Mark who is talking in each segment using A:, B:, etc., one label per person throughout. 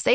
A: Say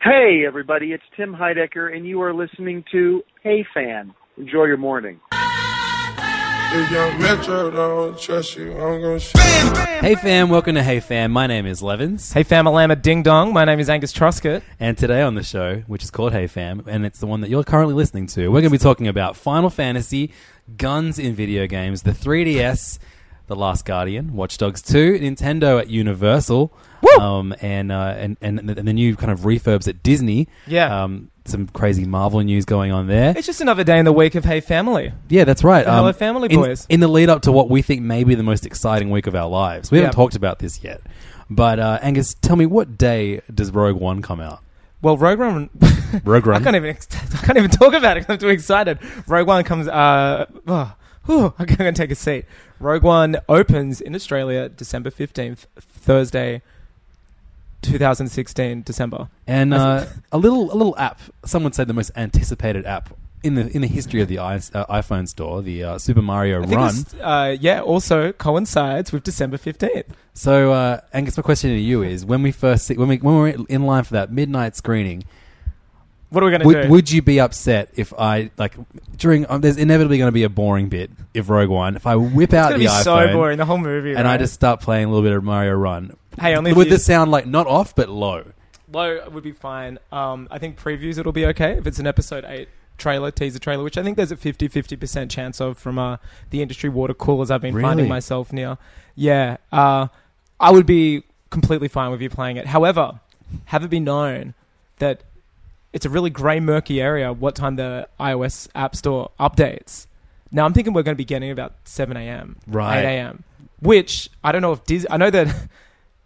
B: Hey, everybody, it's Tim Heidecker, and you are listening to Hey Fan. Enjoy your morning.
C: If your metro don't trust you, I'm gonna shoot.
D: Hey fam, welcome to Hey Fam. My name is Levins.
E: Hey fam, Alama Ding Dong. My name is Angus Truscott.
D: And today on the show, which is called Hey Fam, and it's the one that you're currently listening to, we're going to be talking about Final Fantasy, guns in video games, the 3DS, The Last Guardian, Watch Dogs 2, Nintendo at Universal, um, and, uh, and and the- and the new kind of refurbs at Disney.
E: Yeah.
D: um, some crazy Marvel news going on there.
E: It's just another day in the week of Hey Family.
D: Yeah, that's right. um,
E: The Hello Family
D: in-
E: Boys.
D: In, the lead up to what we think may be the most exciting week of our lives, we haven't
E: Yeah.
D: talked about this yet. But uh, Angus, tell me what day does Rogue One come out?
E: Well, Rogue One.
D: Rogue One.
E: I can't even. ex- I can't even talk about it. 'cause I'm too excited. Rogue One comes. Uh, oh, whew, I'm going to take a seat. Rogue One opens in Australia December fifteenth, Thursday, 2016 December.
D: and uh, a little a little app. Someone said the most anticipated app in the in the history of the i- uh, iPhone store, the uh, Super Mario
E: I think
D: Run.
E: it's, uh, yeah. Also coincides with December fifteenth.
D: So, uh, Angus, my question to you is: when we first see, when we when we're in line for that midnight screening,
E: What are we going to
D: would,
E: do?
D: would you be upset if I like during? Um, there's inevitably going to be a boring bit if Rogue One. If I whip
E: it's
D: out
E: going to
D: the
E: be
D: iPhone
E: so boring. The whole movie.
D: and I
E: right?
D: just start playing a little bit of Mario Run,
E: hey, only if
D: would
E: you-
D: the sound like not off but low?
E: low would be fine. Um, I think previews it'll be okay if it's an episode eight trailer teaser trailer, which I think there's a 50 50 percent chance of from uh, the industry water coolers I've been
D: Really?
E: finding myself near. Yeah, uh, I would be completely fine with you playing it. However, have it be known that it's a really grey, murky area. What time the iOS App Store updates? Now I'm thinking we're going to be getting about 7 a.m.
D: Right.
E: 8 a.m. Which I don't know if Disney. I know that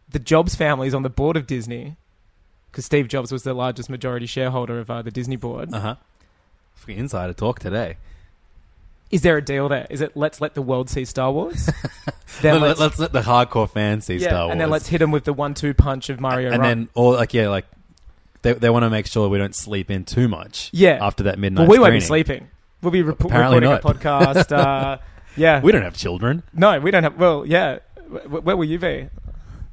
E: the Jobs family is on the board of Disney because Steve Jobs was the largest majority shareholder of uh, the Disney board.
D: Uh huh. Insider talk today.
E: Is there a deal there? Is it let's let the world see Star Wars?
D: Let, us let the hardcore fans see
E: yeah,
D: Star Wars,
E: and then let's hit them with the one-two punch of Mario.
D: and
E: Run.
D: then or like yeah, like they, they want to make sure we don't sleep in too much.
E: Yeah.
D: after that midnight.
E: well, we won't be
D: screening.
E: sleeping. We'll be rep-
D: Apparently
E: recording a podcast. Uh, yeah,
D: We don't have children.
E: No, we don't have. Well, yeah. W- where will you be?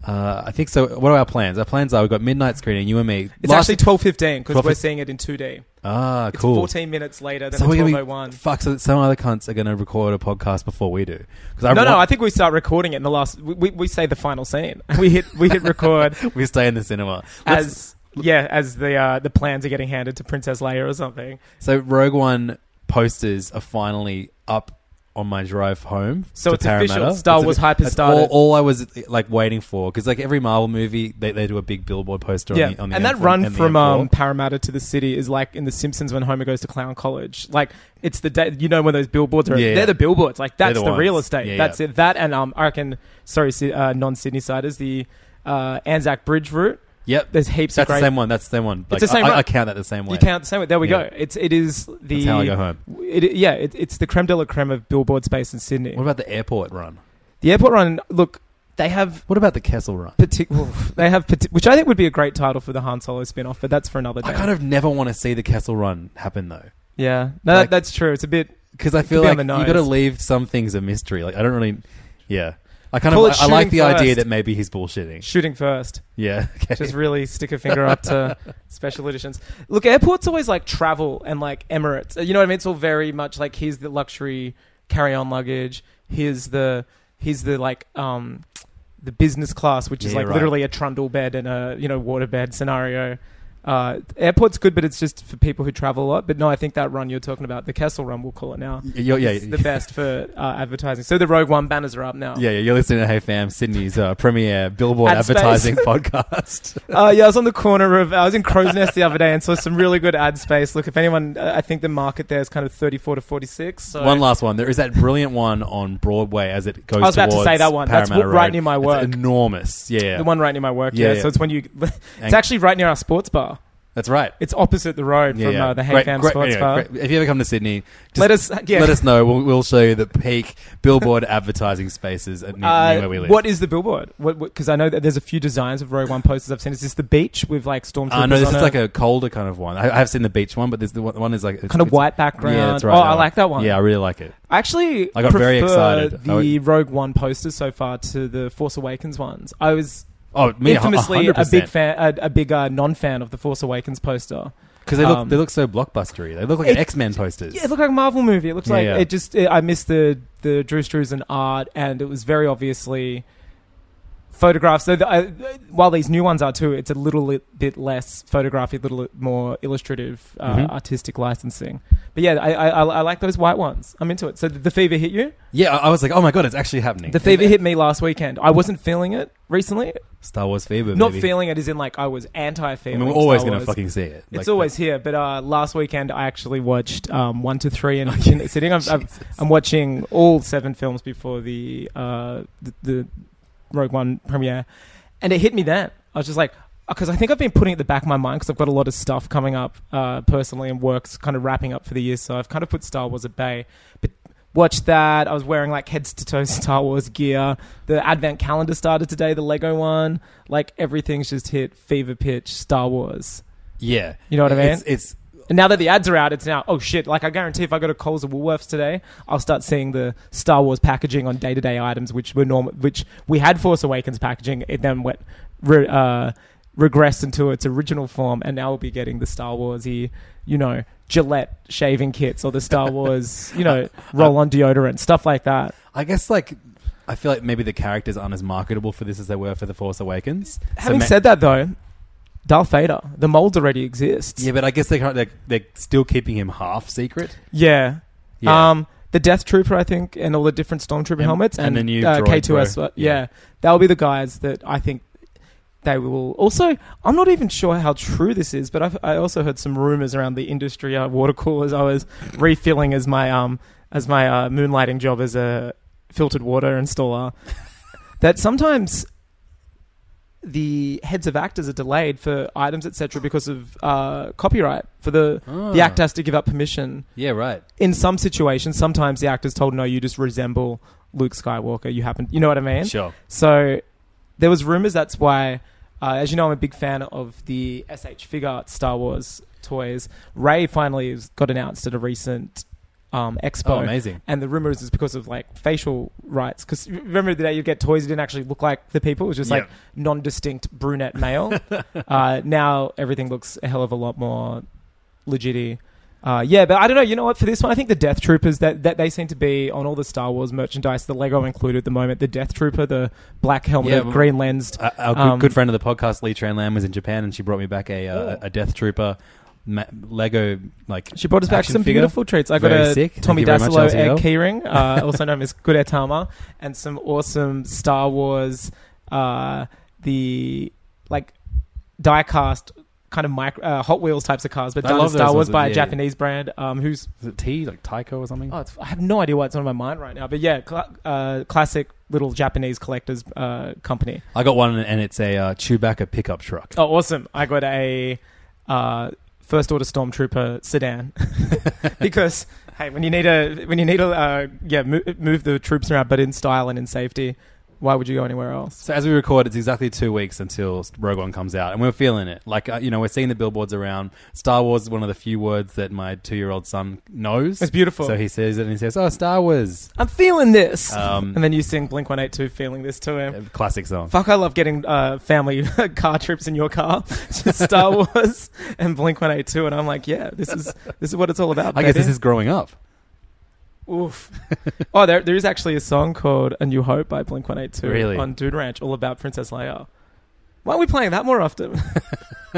D: Uh, I think so. What are our plans? Our plans are we've got midnight screening. You and me.
E: It's actually twelve fifteen because
D: 12
E: we're seeing it in two D.
D: ah
E: It's
D: cool.
E: fourteen minutes later than
D: so
E: the
D: we're
E: twelve
D: gonna
E: oh
D: be
E: one.
D: fuck. So that some other cunts are gonna record a podcast before we do. Because
E: No, no. I think we start recording it in the last. We, we, we say the final scene. We hit we hit record
D: we stay in the cinema. Let's-
E: as yeah as the uh, the plans are getting handed to Princess Leia or something.
D: so Rogue One posters are finally up on my drive home.
E: So
D: to
E: it's official.
D: Parramatta.
E: Star
D: It's
E: Wars
D: offi-
E: hype has
D: that's
E: started.
D: All, all I was like waiting for because like every Marvel movie, they, they do a big billboard poster.
E: yeah,
D: on the, on the
E: and that
D: M-
E: run
D: on the
E: from
D: M4.
E: um, Parramatta to the city is like in The Simpsons when Homer goes to Clown College. Like it's the day you know when those billboards are.
D: Yeah, yeah.
E: they're the billboards. Like that's
D: the
E: the, real
D: ones.
E: estate.
D: Yeah,
E: that's
D: yeah.
E: it. That and um, I reckon sorry, Sy- uh, non Sydney siders the uh, Anzac Bridge route.
D: Yep,
E: There's heaps
D: That's
E: of
D: the
E: great.
D: same one. That's the same one. Like,
E: the same
D: I, I,
E: run.
D: I count that the same way.
E: You count the same way. There we
D: Yeah.
E: go. It's it is the
D: That's how I go home.
E: It, yeah, it, it's the creme de la creme of billboard space in Sydney.
D: What about the airport run?
E: The airport run. Look, they have
D: What about the Kessel run?
E: particular. they have partic- which I think would be a great title for the Han Solo spin-off, but that's for another day.
D: I kind of never want to see the Kessel run happen though,
E: yeah, no, that,
D: like-
E: that's true. It's a bit.
D: because I
E: It could
D: feel
E: be
D: like
E: on
D: you
E: the
D: got to
E: nose.
D: leave some things a mystery. Like I don't really, yeah. I kind
E: Call
D: of
E: it
D: I, I like the
E: shooting
D: idea
E: first.
D: that maybe he's bullshitting.
E: shooting first.
D: Yeah, okay.
E: Just really stick a finger up to special editions. Look, airports always like travel and like Emirates. You know what I mean? It's all very much like here's the luxury carry-on luggage. Here's the here's the like um the business class, which is
D: Yeah,
E: like
D: right.
E: literally a trundle bed and a you know waterbed scenario. Uh, airport's good, but it's just for people who travel a lot. But no, I think that run you're talking about, the Kessel Run, we'll call it now.
D: You're, yeah,
E: It's the best for uh, advertising. So the Rogue One banners are up now.
D: Yeah, yeah, you're listening to Hey Fam, Sydney's uh, premier billboard
E: Ad space.
D: advertising podcast.
E: Uh, yeah, I was on the corner of. I was in Crow's Nest the other day and saw some really good ad space. Look, if anyone, uh, I think the market there is kind of thirty-four to forty-six. So
D: One last one. There is that brilliant one on Broadway as it goes.
E: I was about to
D: towards
E: say that one. That's
D: Parramatta
E: right
D: Road.
E: near my
D: It's
E: work.
D: enormous. Yeah, yeah.
E: the one right near my work.
D: Yeah,
E: Yeah,
D: yeah.
E: so it's when you.
D: And-
E: It's actually right near our sports bar.
D: That's right.
E: It's opposite the road
D: Yeah,
E: from
D: yeah.
E: Uh, the Hey
D: Great-
E: Fam
D: great-
E: Sports
D: anyway,
E: Bar.
D: great. If you ever come to Sydney, just
E: Let us. uh, Yeah.
D: let us know. We'll, we'll show you the peak billboard advertising spaces at near,
E: Uh,
D: near where we live.
E: what is the billboard? What? Because I know that there's a few designs of Rogue One posters I've seen. Is this the beach with like stormtroopers?
D: I know Uh, this
E: on
D: is
E: it?
D: like a colder kind of one. I, I have seen the beach one, but there's the one, one is like it's-
E: kind of
D: it's-
E: white background.
D: Yeah, that's right.
E: Oh,
D: that
E: I
D: one.
E: like that one.
D: Yeah, I really like it.
E: I actually
D: I got
E: prefer
D: very excited.
E: the
D: I would-
E: Rogue One posters so far to the Force Awakens ones. I was
D: Oh, me,
E: infamously a
D: 100%.
E: big fan, a, a big uh, non-fan of the Force Awakens poster.
D: because they look
E: um,
D: they look so blockbustery. They look like
E: It-
D: X Men posters.
E: Yeah, it looked like a Marvel movie. It looks
D: Yeah,
E: like
D: yeah.
E: it just. It, I missed the the Drew Struzan art, and it was very obviously photographs. So the, I, while these new ones are too, it's a little li- bit less photography, a little li- more illustrative, uh,
D: Mhm.
E: artistic licensing. But yeah, I, I, I I like those white ones. I'm into it. So did the fever hit you?
D: Yeah, I I was like, oh my god, it's actually happening.
E: The fever hit me last weekend. I wasn't feeling it recently.
D: Star Wars fever.
E: Not
D: baby.
E: feeling it is in like I was anti
D: I
E: feeling.
D: mean, we're always going to fucking see it.
E: It's
D: Like,
E: always here, but uh, last weekend I actually watched um, one to three in, in sitting. I'm, I'm, I'm watching all seven films before the, uh, the the Rogue One premiere, and it hit me then. I was just like, because I think I've been putting it at the back of my mind because I've got a lot of stuff coming up uh, personally and works kind of wrapping up for the year, so I've kind of put Star Wars at bay. But watch that. I was wearing like heads to toe Star Wars gear. The advent calendar started today, the Lego one. Like everything's just hit fever pitch Star Wars.
D: yeah.
E: You know what I mean?
D: It's, it's
E: And now that the ads are out, it's now, oh shit, like I guarantee if I go to Coles or Woolworths today, I'll start seeing the Star Wars packaging on day to day items, which were normal, which we had Force Awakens packaging. It then went, re- uh, regressed into its original form, and now we'll be getting the Star Warsy, you know, Gillette shaving kits or the Star Wars, you
D: Uh,
E: know, roll on deodorant, stuff like that.
D: I guess like I feel like maybe the characters aren't as marketable for this as they were for the Force Awakens. So
E: Having
D: ma-
E: said that, though, Darth Vader, the mold already exists.
D: yeah, but I guess they can't, they're they're still keeping him half secret.
E: Yeah.
D: Yeah.
E: Um, the Death Trooper, I think, and all the different Stormtrooper
D: And-
E: helmets,
D: and
E: and,
D: the new
E: uh,
D: droid
E: K2S.
D: bro.
E: uh,
D: Yeah.
E: Yeah. that will be the guys that I think they will. Also, I'm not even sure how true this is, but I've, I also heard some rumors around the industry uh, water coolers. I was refilling as my um as my uh, moonlighting job as a filtered water installer. that sometimes the heads of actors are delayed for items, etc., because of uh, copyright. For the the actor has to give up permission
D: Ah, Yeah, right.
E: in some situations, sometimes the actor's told, no, you just resemble Luke Skywalker. You happen, you know what I mean?
D: Sure.
E: So there was rumors that's why, uh, as you know, I'm a big fan of the SH figure art Star Wars toys. Ray finally has got announced at a recent um, expo.
D: Oh, amazing.
E: And the rumors is because of like facial rights. Because remember the day you get toys that didn't actually look like the people. It was just like
D: Yeah.
E: non-distinct brunette male. uh, now everything looks a hell of a lot more legit. Uh, yeah, but I don't know. You know what? For this one, I think the Death Troopers that, that they seem to be on all the Star Wars merchandise, the Lego included at the moment. The Death Trooper, the black
D: Yeah,
E: helmet,
D: but-
E: green lensed.
D: Uh, our good,
E: Um, Oh.
D: good friend of the podcast, Lee Tran Lam, was in Japan, and she brought me back a uh, a Death Trooper ma- Lego like
E: She brought us back
D: action
E: some
D: figure.
E: beautiful treats. I got
D: Very
E: a
D: sick. Thank
E: Tommy
D: you very much,
E: Dassolo egg
D: LCL.
E: keyring, uh, also known as Good Etama, and some awesome Star Wars, uh, the like diecast kind of micro, uh, Hot Wheels types of cars, but
D: I
E: done
D: love
E: in Star
D: those
E: Wars
D: ones,
E: by
D: yeah.
E: a Japanese brand. Um, who's
D: Is it T like Tyco or something?
E: oh, it's, I have no idea why it's on my mind right now, but yeah, cl- uh, classic little Japanese collectors uh, company.
D: I got one and it's a uh, Chewbacca pickup truck.
E: Oh, awesome! I got a uh, first order stormtrooper sedan because hey, when you need a when you need a uh, yeah move, move the troops around, but in style and in safety, why would you go anywhere else?
D: So as we record, it's exactly two weeks until Rogue One comes out, and we're feeling it. Like uh, you know, we're seeing the billboards around. Star Wars is one of the few words that my two-year-old son knows.
E: It's beautiful.
D: So he says it, and he says, "Oh, Star Wars."
E: I'm feeling this,
D: Um,
E: and then you sing Blink One Eight Two, feeling this to him.
D: A Classic song.
E: Fuck, I love getting uh, family car trips in your car, Just Star Wars and Blink One Eight Two, and I'm like, yeah, this is this is what it's all about.
D: I guess this
E: baby.
D: is growing up.
E: Oof. oh, there, there is actually a song called A New Hope by Blink 182
D: Really?
E: on Dude Ranch, all about Princess Leia. Why are we playing that more often?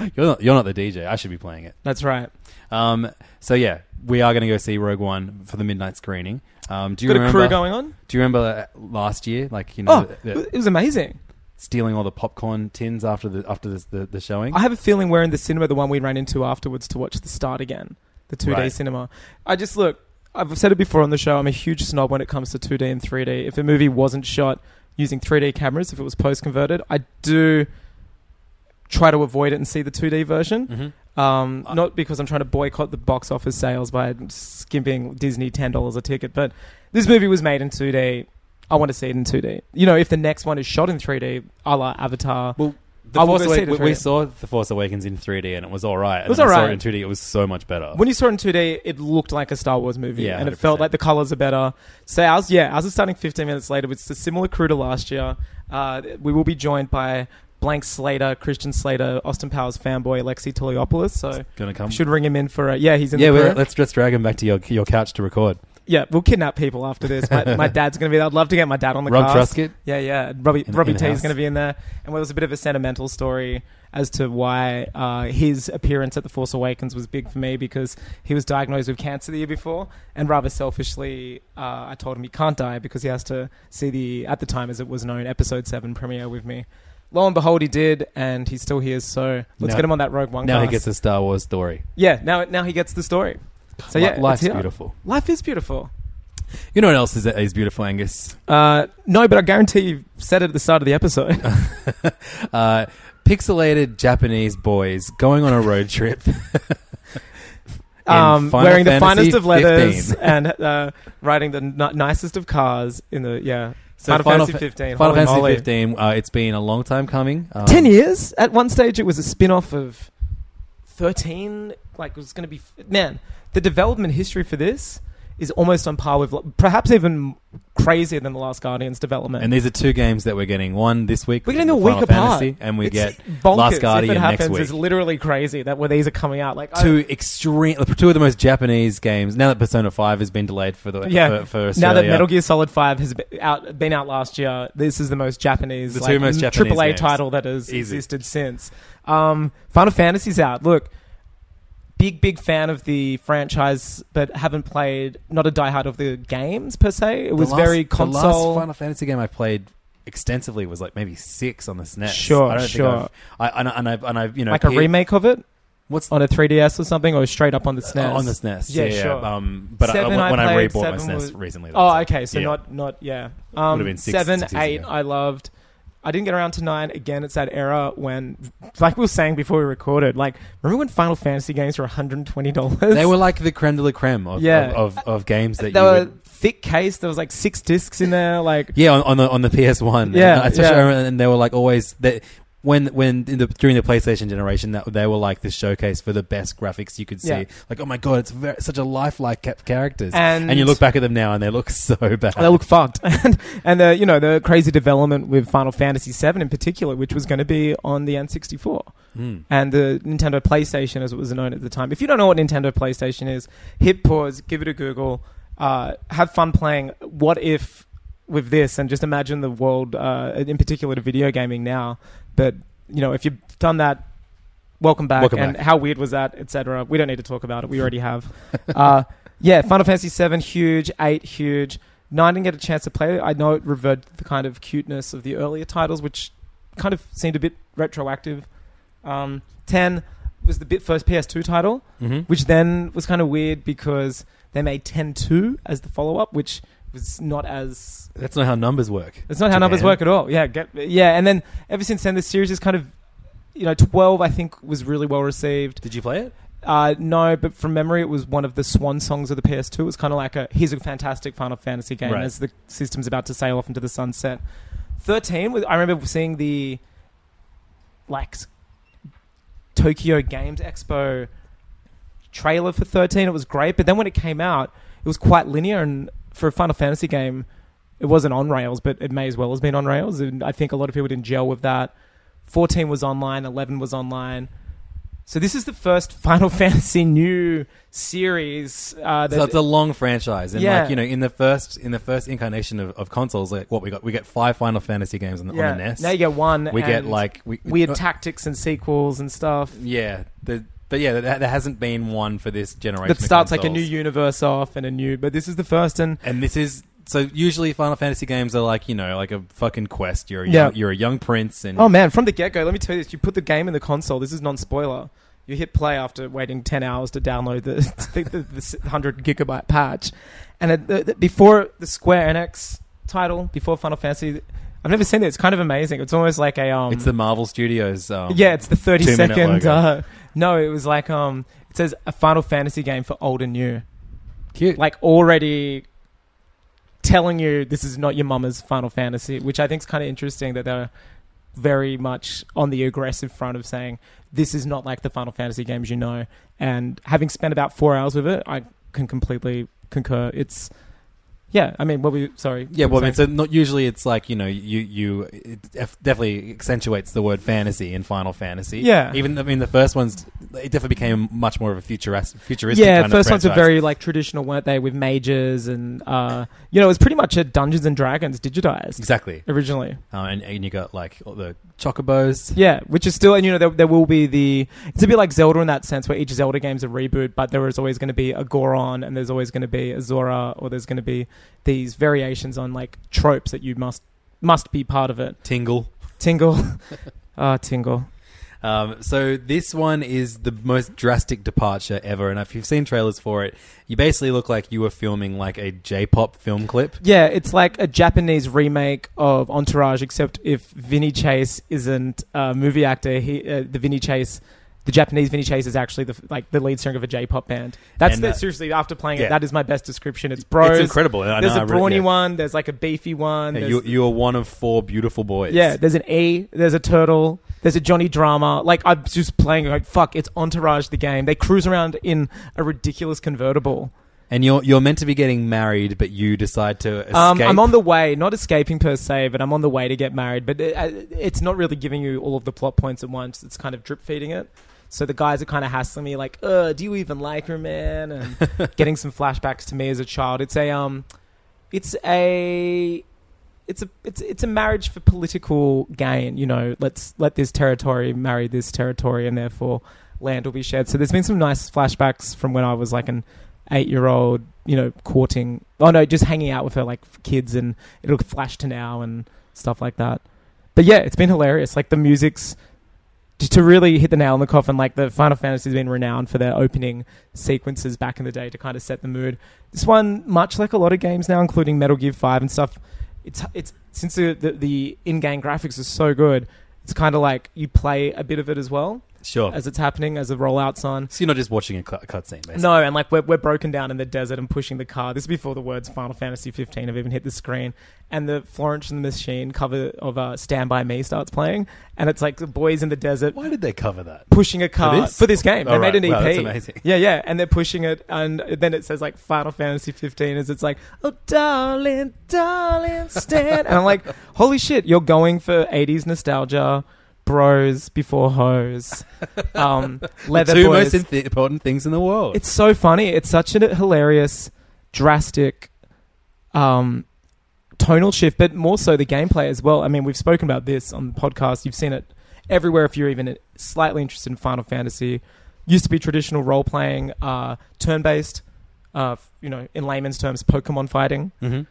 D: You're not, you're not the DJ. I should be playing it.
E: That's right.
D: Um, so yeah, we are going to go see Rogue One for the midnight screening. Um, do you
E: Got a
D: remember?
E: crew going on.
D: Do you remember uh, last year, like you know,
E: Oh,
D: the- the-
E: it was amazing.
D: stealing all the popcorn tins after the after the the, the showing?
E: I have a feeling we're in the cinema, the one we ran into afterwards to watch The Start again, the two day
D: Right.
E: cinema. I just look, I've said it before on the show, I'm a huge snob when it comes to 2D and 3D. If a movie wasn't shot using 3D cameras, if it was post converted, I do try to avoid it and see the 2D version.
D: Mhm.
E: Um, not because I'm trying to boycott the box office sales by skimping Disney ten dollars a ticket, but this movie was made in 2D. I want to see it in 2D. You know, if the next one is shot in 3D, a la Avatar.
D: Well, the
E: I
D: Force
E: want to see
D: Awak-
E: it in
D: we, we
E: 3D.
D: saw the Force Awakens in 3D and it was all right. And
E: It was
D: then I
E: all
D: saw
E: right.
D: it in 2D. It was so much better.
E: When you saw it in 2D, it looked like a Star Wars movie,
D: Yeah,
E: and it felt
D: 100%.
E: like the colors are better. So ours, yeah, ours is starting 15 minutes later. It's a similar crew to last year. Uh, we will be joined by Blank Slater, Christian Slater, Austin Powers fanboy Alexi Toliopoulos. So
D: Gonna come.
E: should ring him in for a yeah. He's in
D: yeah,
E: the
D: well,
E: crew.
D: let's just drag him back to your your couch to record.
E: Yeah, we'll kidnap people after this. My, my dad's going to be there. I'd love to get my dad on the
D: Rob
E: cast.
D: Truscott.
E: Yeah, yeah. Robbie,
D: In-
E: Robbie T
D: in-house.
E: is going to be in there. And well, there's a bit of a sentimental story as to why uh, his appearance at The Force Awakens was big for me because he was diagnosed with cancer the year before. And rather selfishly, uh, I told him he can't die because he has to see the, at the time as it was known, Episode 7 premiere with me. Lo and behold, he did, and he's still here. So let's
D: Now-
E: get him on that Rogue One.
D: Now he
E: cast.
D: gets a Star Wars story.
E: yeah. Now now he gets the story. So yeah,
D: Li-
E: it's
D: life's
E: here.
D: beautiful.
E: Life is beautiful.
D: You know what else is, is beautiful, Angus?
E: Uh, no, but I guarantee you said it at the start of the episode.
D: Uh, pixelated Japanese boys going on a road trip. In
E: um,
D: Final
E: wearing the
D: Fantasy
E: finest of leathers
D: 15.
E: and uh, riding the n- nicest of cars in the yeah. Final, Fantasy
D: Fa-
E: 15. holy
D: Final Fantasy
E: moly.
D: 15. Uh, it's been a long time coming. Um,
E: Ten years. At one stage, it was a spin-off of thirteen. Like it was going to be man. The development history for this is almost on par with, like, perhaps even crazier than the Last Guardian's development.
D: And these are two games that we're getting. One this week.
E: We're getting the
D: Final
E: week
D: Fantasy,
E: apart,
D: and we
E: It's
D: get
E: bonkers
D: Last
E: if
D: Guardian
E: it
D: next
E: happens,
D: week.
E: It's literally crazy that where these are coming out. Like I-
D: two extreme, two of the most Japanese games. Now that Persona Five has been delayed for the
E: Yeah.
D: for, for
E: now
D: Australia,
E: that Metal Gear Solid Five has been out, been out last year, this is the most Japanese,
D: The
E: like,
D: two most Japanese
E: AAA
D: games.
E: title that has
D: Easy.
E: existed since. Um, Final Fantasy's out. Look, big big fan of the franchise, but haven't played. Not a diehard of the games per se. It was
D: the last-
E: very
D: The
E: console.
D: last Final Fantasy game I played extensively was like maybe six on the SNES.
E: Sure,
D: I don't
E: sure.
D: Think I've, I and, I- and I've and I've you know
E: like a
D: pe-
E: remake of it
D: What's
E: on a 3DS or something, or straight up on the E SNES.
D: uh, on the E SNES?
E: Yeah, sure.
D: Um, but
E: Seven
D: I, when I,
E: played,
D: rebought my
E: seven
D: SNES
E: was-
D: recently. that
E: Oh,
D: was it.
E: okay. So
D: Yeah.
E: not not yeah. Um,
D: been six-
E: seven,
D: six years
E: eight.
D: ago.
E: I loved. I didn't get around to nine again. It's that era when, like we were saying before we recorded, like remember when Final Fantasy games were one hundred and twenty dollars?
D: They were like the creme de la creme of,
E: Yeah.
D: of, of, of games that
E: They
D: you
E: were
D: would
E: thick case. There was like six discs in there. Like
D: Yeah, on, on the on the PS One.
E: Yeah,
D: and,
E: yeah.
D: especially I remember- and they were like always that when when in the, during the PlayStation generation that they were like the showcase for the best graphics you could see.
E: Yeah.
D: Like oh my god, it's very, such a lifelike ca- characters.
E: And-
D: you look back at them now and they look so bad.
E: they look fucked. and and the you know the crazy development with Final Fantasy VII in particular, which was going to be on the N sixty four and the Nintendo PlayStation, as it was known at the time. If you don't know what Nintendo PlayStation is, hit pause, give it a Google, uh, have fun playing. What if with this, and just imagine the world, uh, in particular to video gaming now. But you know, if you've done that welcome back
D: Welcome
E: and
D: back.
E: how weird was that, etc. We don't need to talk about it. We already have. uh, yeah, Final Fantasy VII, huge. Eight, huge. Nine didn't get a chance to play. I know it reverted to the kind of cuteness of the earlier titles, which kind of seemed a bit retroactive. Um, Ten was the bit first PS2 title,
D: Mhm.
E: which then was kind of weird because they made Ten Two as the follow up, which was not as
D: That's not how numbers work.
E: it's not how numbers
D: Japan.
E: work at all. Yeah, get, yeah. And then ever since then, the series is kind of, you know, twelve. I think was really well received.
D: Did you play it?
E: Uh, no, but from memory, it was one of the swan songs of the PS2. It was kind of like a here's a fantastic Final Fantasy game
D: Right.
E: as the system's about to sail off into the sunset. Thirteen. was- I remember seeing the like Tokyo Games Expo trailer for 13. It was great, but then when it came out, it was quite linear. And for a Final Fantasy game, it wasn't on rails, but it may as well have been on rails. And I think a lot of people didn't gel with that. 14 was online, 11 was online. So this is the first Final Fantasy new series. Uh, that,
D: So it's a long franchise, and
E: Yeah.
D: like you know, in the first in the first incarnation of, of consoles, like what we got, we get five Final Fantasy games on the,
E: yeah.
D: on the NES.
E: Now you get one.
D: we get
E: and
D: like we,
E: weird
D: uh,
E: tactics and sequels and stuff.
D: yeah, the, but yeah, there, there hasn't been one for this generation.
E: That
D: of
E: starts like a new
D: consoles.
E: universe off and a new, but this is the first and
D: And this is so usually Final Fantasy games are like you know like a fucking quest. You're a
E: Yeah.
D: young, you're a young prince, and
E: Oh man, from the get go, let me tell you this: you put the game in the console. This is non spoiler. You hit play after waiting ten hours to download the the, the, the hundred gigabyte patch, and it, the, the- before the Square Enix title, before Final Fantasy, I've never seen it. It's kind of amazing. It's almost like a um.
D: it's the Marvel Studios. Um,
E: yeah, it's the thirty
D: two-minute
E: second.
D: logo.
E: Uh, no, it was like um. It says a Final Fantasy game for old and new
D: cute.
E: like already telling you this is not your mama's Final Fantasy, which I think is kind of interesting that they're very much on the aggressive front of saying this is not like the Final Fantasy games you know. And having spent about four hours with it, I can completely concur. It's yeah, I mean, what were you? Sorry,
D: Yeah,
E: what
D: well,
E: were
D: I
E: you
D: mean, so not usually it's like you know you you it def- definitely accentuates the word fantasy in Final Fantasy.
E: Yeah.
D: even I mean the first ones it definitely became much more of a futuristic futuristic.
E: yeah,
D: kind
E: first
D: of
E: ones were
D: franchise.
E: very like traditional, weren't they? With mages and uh, you know, it was pretty much a Dungeons and Dragons digitized
D: exactly,
E: originally.
D: uh, and, and you got like all the chocobos.
E: Yeah, which is still, and you know, there, there will be the. It's a bit like Zelda in that sense, where each Zelda game's a reboot, but there is always going to be a Goron, and there's always going to be a Zora, or there's going to be these variations on like tropes that you must must be part of it.
D: Tingle.
E: Tingle, ah, tingle.
D: Um, so this one is the most drastic departure ever, and if you've seen trailers for it, you basically look like you were filming like a J-pop film clip.
E: Yeah, it's like a Japanese remake of Entourage, except if Vinny Chase isn't a movie actor, he uh, the Vinny Chase. The Japanese Vinny Chase is actually the like the lead singer of a J-pop band. That's
D: And,
E: the,
D: uh,
E: seriously after playing it,
D: yeah.
E: that is my best description. It's bros.
D: It's incredible. I
E: there's
D: know, I
E: a
D: really-
E: brawny
D: yeah.
E: one. There's like a beefy one.
D: Yeah,
E: there's,
D: you you are one of four beautiful boys.
E: yeah, there's an E. There's a turtle. There's a Johnny drama. Like I'm just playing. Like fuck, it's Entourage the game. They cruise around in a ridiculous convertible.
D: and you're you're meant to be getting married, but you decide to escape.
E: Um, I'm on the way, not escaping per se, but I'm on the way to get married. But it, uh, it's not really giving you all of the plot points at once. It's kind of drip feeding it. So the guys are kind of hassling me, like, "Uh, do you even like her, man?" And getting some flashbacks to me as a child. It's a um, it's a it's a it's it's a marriage for political gain. You know, let's let this territory marry this territory, and therefore land will be shared. So there's been some nice flashbacks from when I was like an eight year old, you know, courting. Oh no, just hanging out with her like kids, and it'll flash to now and stuff like that. But yeah, it's been hilarious. Like the music's to- to really hit the nail on the coffin. Like the Final Fantasy's been renowned for their opening sequences back in the day to kind of set the mood. This one, much like a lot of games now, including Metal Gear Five and stuff, it's it's since the the, the in game graphics are so good. It's kind of like you play a bit of it as well
D: sure.
E: as it's happening as the rollouts on.
D: So you're not just watching a cut cutscene, basically.
E: No, and like we're, we're broken down in the desert and pushing the car. This is before the words Final Fantasy 15 have even hit the screen. And the Florence and the Machine cover of uh, Stand By Me starts playing. And it's like the boys in the desert
D: Why did they cover that?
E: pushing a car
D: this?
E: game. They
D: All
E: made
D: right.
E: an EP.
D: Wow, that's amazing.
E: Yeah, yeah. And they're pushing it. And then it says like Final Fantasy 15 is it's like, oh, darling, darling, stand. and I'm like, holy shit, you're going for 80s nostalgia. Bros before hoes, um,
D: The
E: leather
D: two
E: boys.
D: most inthi- important things in the world.
E: It's so funny. It's such a hilarious, drastic, um, tonal shift, but more so the gameplay as well. I mean, we've spoken about this on the podcast. You've seen it everywhere if you're even slightly interested in Final Fantasy. Used to be traditional role playing, uh, turn based, uh, f- you know, in layman's terms, Pokemon fighting.
D: Mm-hmm.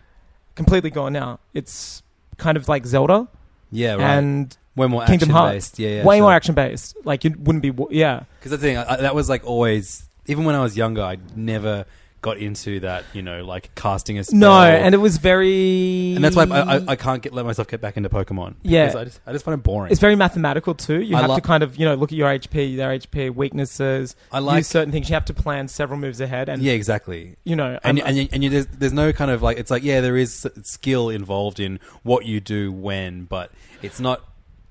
E: Completely gone now. It's kind of like Zelda
D: Yeah, right.
E: and
D: way more
E: Kingdom
D: action
E: Hearts.
D: based. Yeah, yeah,
E: way more action based. Like it wouldn't be. wa- Yeah,
D: Because the thing I, I- that was like always, even when I was younger, I never got into that. You know, like casting a spell.
E: no, and it was very.
D: and that's why I, I, I can't get let myself get back into Pokemon.
E: Yeah.
D: because I just I just find it boring.
E: It's very mathematical too. You
D: I
E: have
D: lo-
E: to kind of you know look at your HP, their HP weaknesses.
D: I like-
E: use certain things. You have to plan several moves ahead, and
D: yeah, exactly.
E: you know,
D: and
E: I'm-
D: and, you, and you, there's, there's no kind of like it's like yeah there is s- skill involved in what you do when but it's not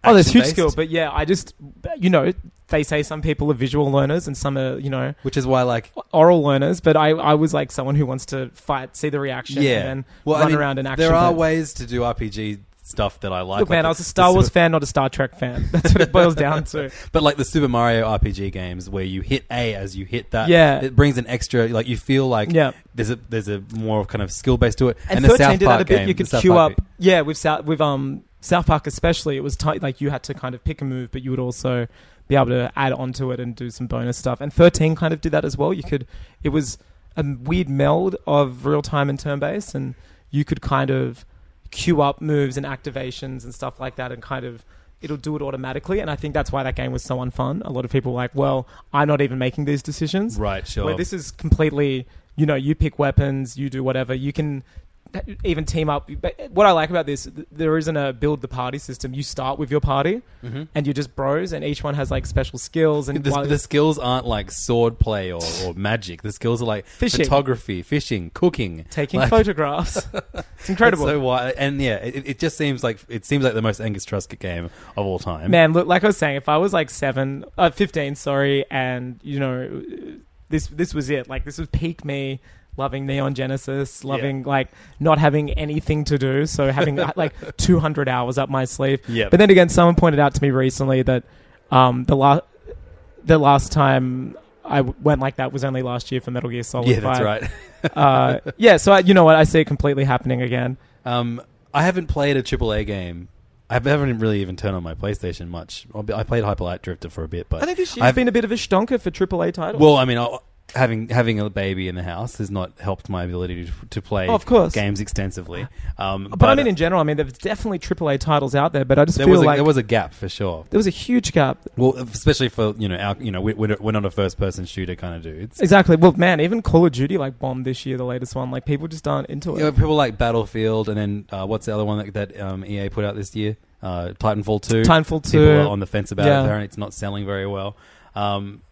E: oh, there's huge
D: action-based,
E: skill. But yeah, I just you know they say some people are visual learners and some are you know
D: which is why like
E: oral learners. But I I was like someone who wants to fight, see the reaction,
D: yeah
E: and then
D: well,
E: run
D: I mean,
E: around and action.
D: there are
E: it.
D: ways to do RPG stuff that I like
E: Look,
D: like
E: man,
D: the-
E: I was a Star
D: the
E: Wars
D: Super-
E: fan, not a Star Trek fan. That's what it boils down to.
D: But like the Super Mario RPG games, where you hit A as you hit that,
E: Yeah.
D: it brings an extra. Like you feel like
E: Yeah.
D: there's a there's a more kind of skill base to it.
E: and,
D: the
E: 13
D: South
E: did
D: Park
E: that a bit.
D: game,
E: you
D: the
E: could
D: South
E: queue
D: Park-
E: up, yeah, with South with um South Park especially. It was tight, like you had to kind of pick a move, but you would also be able to add onto it and do some bonus stuff. And thirteen kind of did that as well. You could, it was a weird meld of real time and turn based, and you could kind of queue up moves and activations and stuff like that, and kind of. It'll do it automatically, and I think that's why that game was so unfun. A lot of people were like, "Well, I'm not even making these decisions."
D: right? Sure.
E: Where this is completely, you know, you pick weapons, you do whatever, you can even team up. But what I like about this, th- there isn't a build the party system. You start with your party,
D: Mm-hmm.
E: and you're just bros, and each one has like special skills and
D: the,
E: one-
D: the skills aren't like sword play or, or magic. The skills are like
E: Fishing.
D: photography, fishing, cooking,
E: taking
D: Like,
E: photographs. it's incredible.
D: So why? And yeah, it, it just seems like it seems like the most Angus Truscott game of all time.
E: Man, look, like I was saying, if I was like seven, uh, 15, sorry, and you know, this this was it. Like this was peak me loving Neon Genesis, loving like not having anything to do, so having uh, like 200 hours up my sleeve.
D: Yep.
E: But then again, someone pointed out to me recently that um, the last the last time I w- went like that was only last year for Metal Gear Solid.
D: yeah, that's
E: 5.
D: right.
E: uh, yeah, so I, you know what? I see it completely happening again.
D: Um, I haven't played a AAA game. I haven't really even turned on my PlayStation much. I'll be- I played Hyperlight Drifter for a bit, but
E: I think this year's
D: I've-
E: been a bit of a stonker for AAA titles.
D: Well, I mean, I, having having a baby in the house has not helped my ability to, to play
E: Oh, of course.
D: games extensively. Um,
E: But, I mean, in general, I mean, there's definitely AAA titles out there, but I just
D: there
E: feel
D: was a,
E: like
D: there was a gap for sure.
E: a huge gap.
D: Well, especially for you know, our, you know, we, we're we're not a first person shooter kind of dudes.
E: Exactly. Well, man, even Call of Duty like bombed this year, the latest one. Like people just aren't into it.
D: You know, people like Battlefield, and then uh, what's the other one that, that um, EA put out this year? Uh, Titanfall Two.
E: Titanfall
D: People are
E: 2.
D: on the fence about
E: Yeah.
D: it. Apparently, it's not selling very well. Um,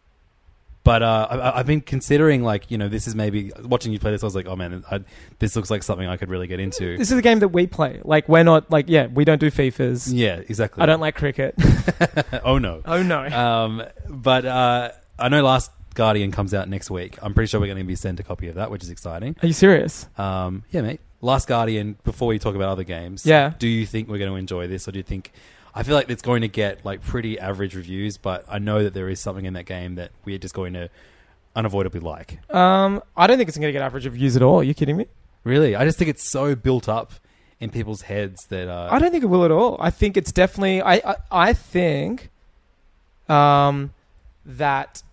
D: but uh, I- I, I've been considering, like, you know, this is maybe watching you play this. I was like, oh man, I, this looks like something I could really get into.
E: This is a game that we play. Like we're not like yeah, we don't do FIFA's.
D: Yeah, exactly.
E: I don't like cricket.
D: oh no.
E: oh no.
D: Um, but uh, I know Last Guardian comes out next week. I'm pretty sure we're going to be sent a copy of that, which is exciting.
E: Are you serious?
D: Um, yeah, mate. Last Guardian. Before we talk about other games,
E: Yeah.
D: Do you think we're going to enjoy this, or do you think? I feel like it's going to get like pretty average reviews, but I know that there is something in that game that we're just going to unavoidably like.
E: Um, I don't think it's gonna get average reviews at all. Are you kidding me?
D: Really, I just think it's so built up in people's heads that uh,
E: I don't think it will at all. I think it's definitely. I I, I think, um, that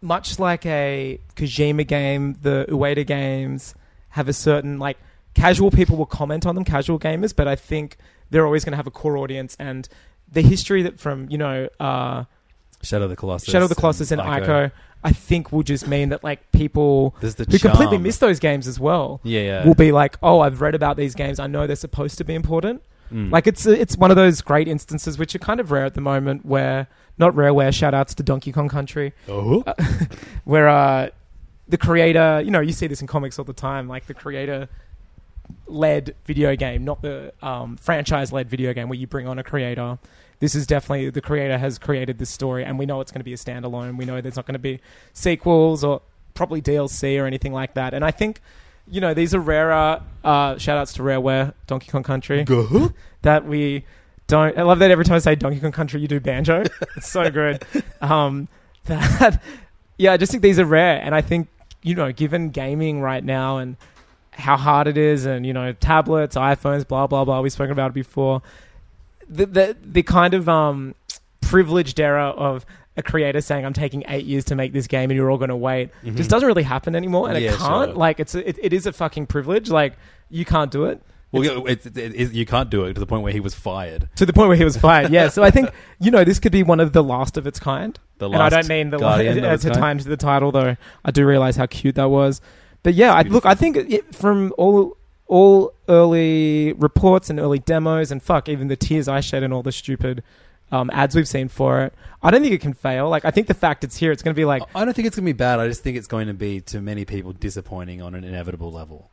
E: much like a Kojima game, the Ueda games have a certain like casual people will comment on them, casual gamers, but I think they're always going to have a core audience and the history that from you know. Uh,
D: Shadow of the Colossus,
E: Shadow of the Colossus and Ico, I think will just mean that like people
D: There's the
E: who completely
D: charm.
E: miss those games as well
D: Yeah, yeah.
E: will be like, oh, I've read about these games. I know they're supposed to be important.
D: Mm.
E: Mm. Like it's it's one of those great instances which are kind of rare at the moment where not rare where shout outs to Donkey Kong Country
D: Oh,
E: uh, where uh, the creator, you know, you see this in comics all the time, like the creator led video game, not the um, franchise led video game where you bring on a creator. This is definitely the creator has created this story, and we know it's going to be a standalone. We know there's not going to be sequels or probably DLC or anything like that. And I think, you know, these are rarer. Uh, shout outs to Rareware, Donkey Kong Country, that we don't. I love that every time I say Donkey Kong Country, you do banjo. it's so good. Um, that yeah, I just think these are rare, and I think you know, given gaming right now and how hard it is, and you know, tablets, iPhones, blah blah blah. We've spoken about it before. The the the kind of um, privileged era of a creator saying, "I'm taking eight years to make this game, and you're all going to wait," just doesn't really happen anymore, and
D: Mm-hmm. Yeah,
E: it can't.
D: sure.
E: Like, it's a, it, it is a fucking privilege. Like, you can't do it.
D: Well, yeah, it's- it- it- you can't do it to the point where he was fired.
E: To the point where he was fired. Yeah. So I think you know this could be one of the last of its kind.
D: The
E: and I
D: last
E: don't mean the
D: Guardian
E: last
D: of
E: as
D: its
E: a
D: kind.
E: time to the title though. I do realize how cute that was. But yeah, I, look, I think it, from all all early reports and early demos and fuck, even the tears I shed and all the stupid um, ads we've seen for it, I don't think it can fail. Like I think the fact it's here, it's going to be like
D: I don't think it's going to be bad. I just think it's going to be to many people disappointing on an inevitable level.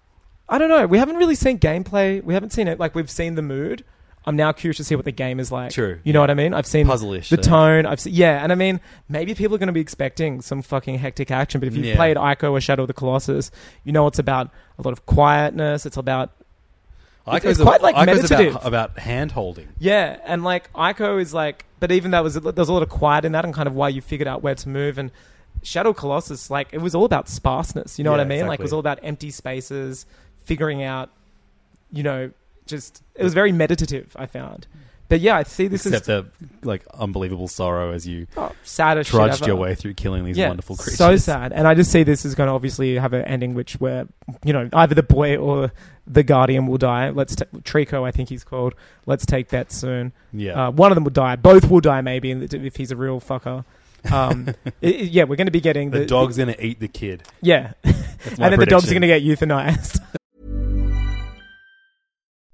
E: I don't know. We haven't really seen gameplay. We haven't seen it. Like we've seen the mood. I'm now curious to see what the game is like.
D: True,
E: You know
D: yeah.
E: what I mean? I've seen
D: Puzzle-ish,
E: the
D: so-
E: tone. I've seen, yeah, and I mean maybe people are going to be expecting some fucking hectic action. But if you've
D: Yeah.
E: played Ico or Shadow of the Colossus, you know it's about a lot of quietness. It's about It's- it's
D: Ico's a-
E: quite, like,
D: Ico's
E: meditative.
D: about, about hand holding.
E: yeah, and like Ico is like, but even that was there's a lot of quiet in that, and kind of why you figured out where to move. And Shadow Colossus, like it was all about sparseness. You know what
D: Yeah,
E: I mean? Like it
D: exactly.
E: was all about empty spaces, figuring out, you know, just it was very meditative. I found, but yeah, I see this
D: except
E: is
D: the like unbelievable sorrow as you
E: oh, sad as shit
D: trudged
E: ever.
D: your way through killing these
E: Yeah,
D: wonderful creatures.
E: so sad. And I just see this is going to obviously have an ending which where you know either the boy or the guardian will die. Let's t- Trico, I think he's called. Let's take that soon.
D: Yeah.
E: Uh, one of them will die. Both will die, maybe, in the- if he's a real fucker. Um, i- i- yeah, we're going to be getting the,
D: the dog's going to eat the kid.
E: Yeah, and
D: That's my
E: then the dog's
D: prediction.
E: going to get euthanized.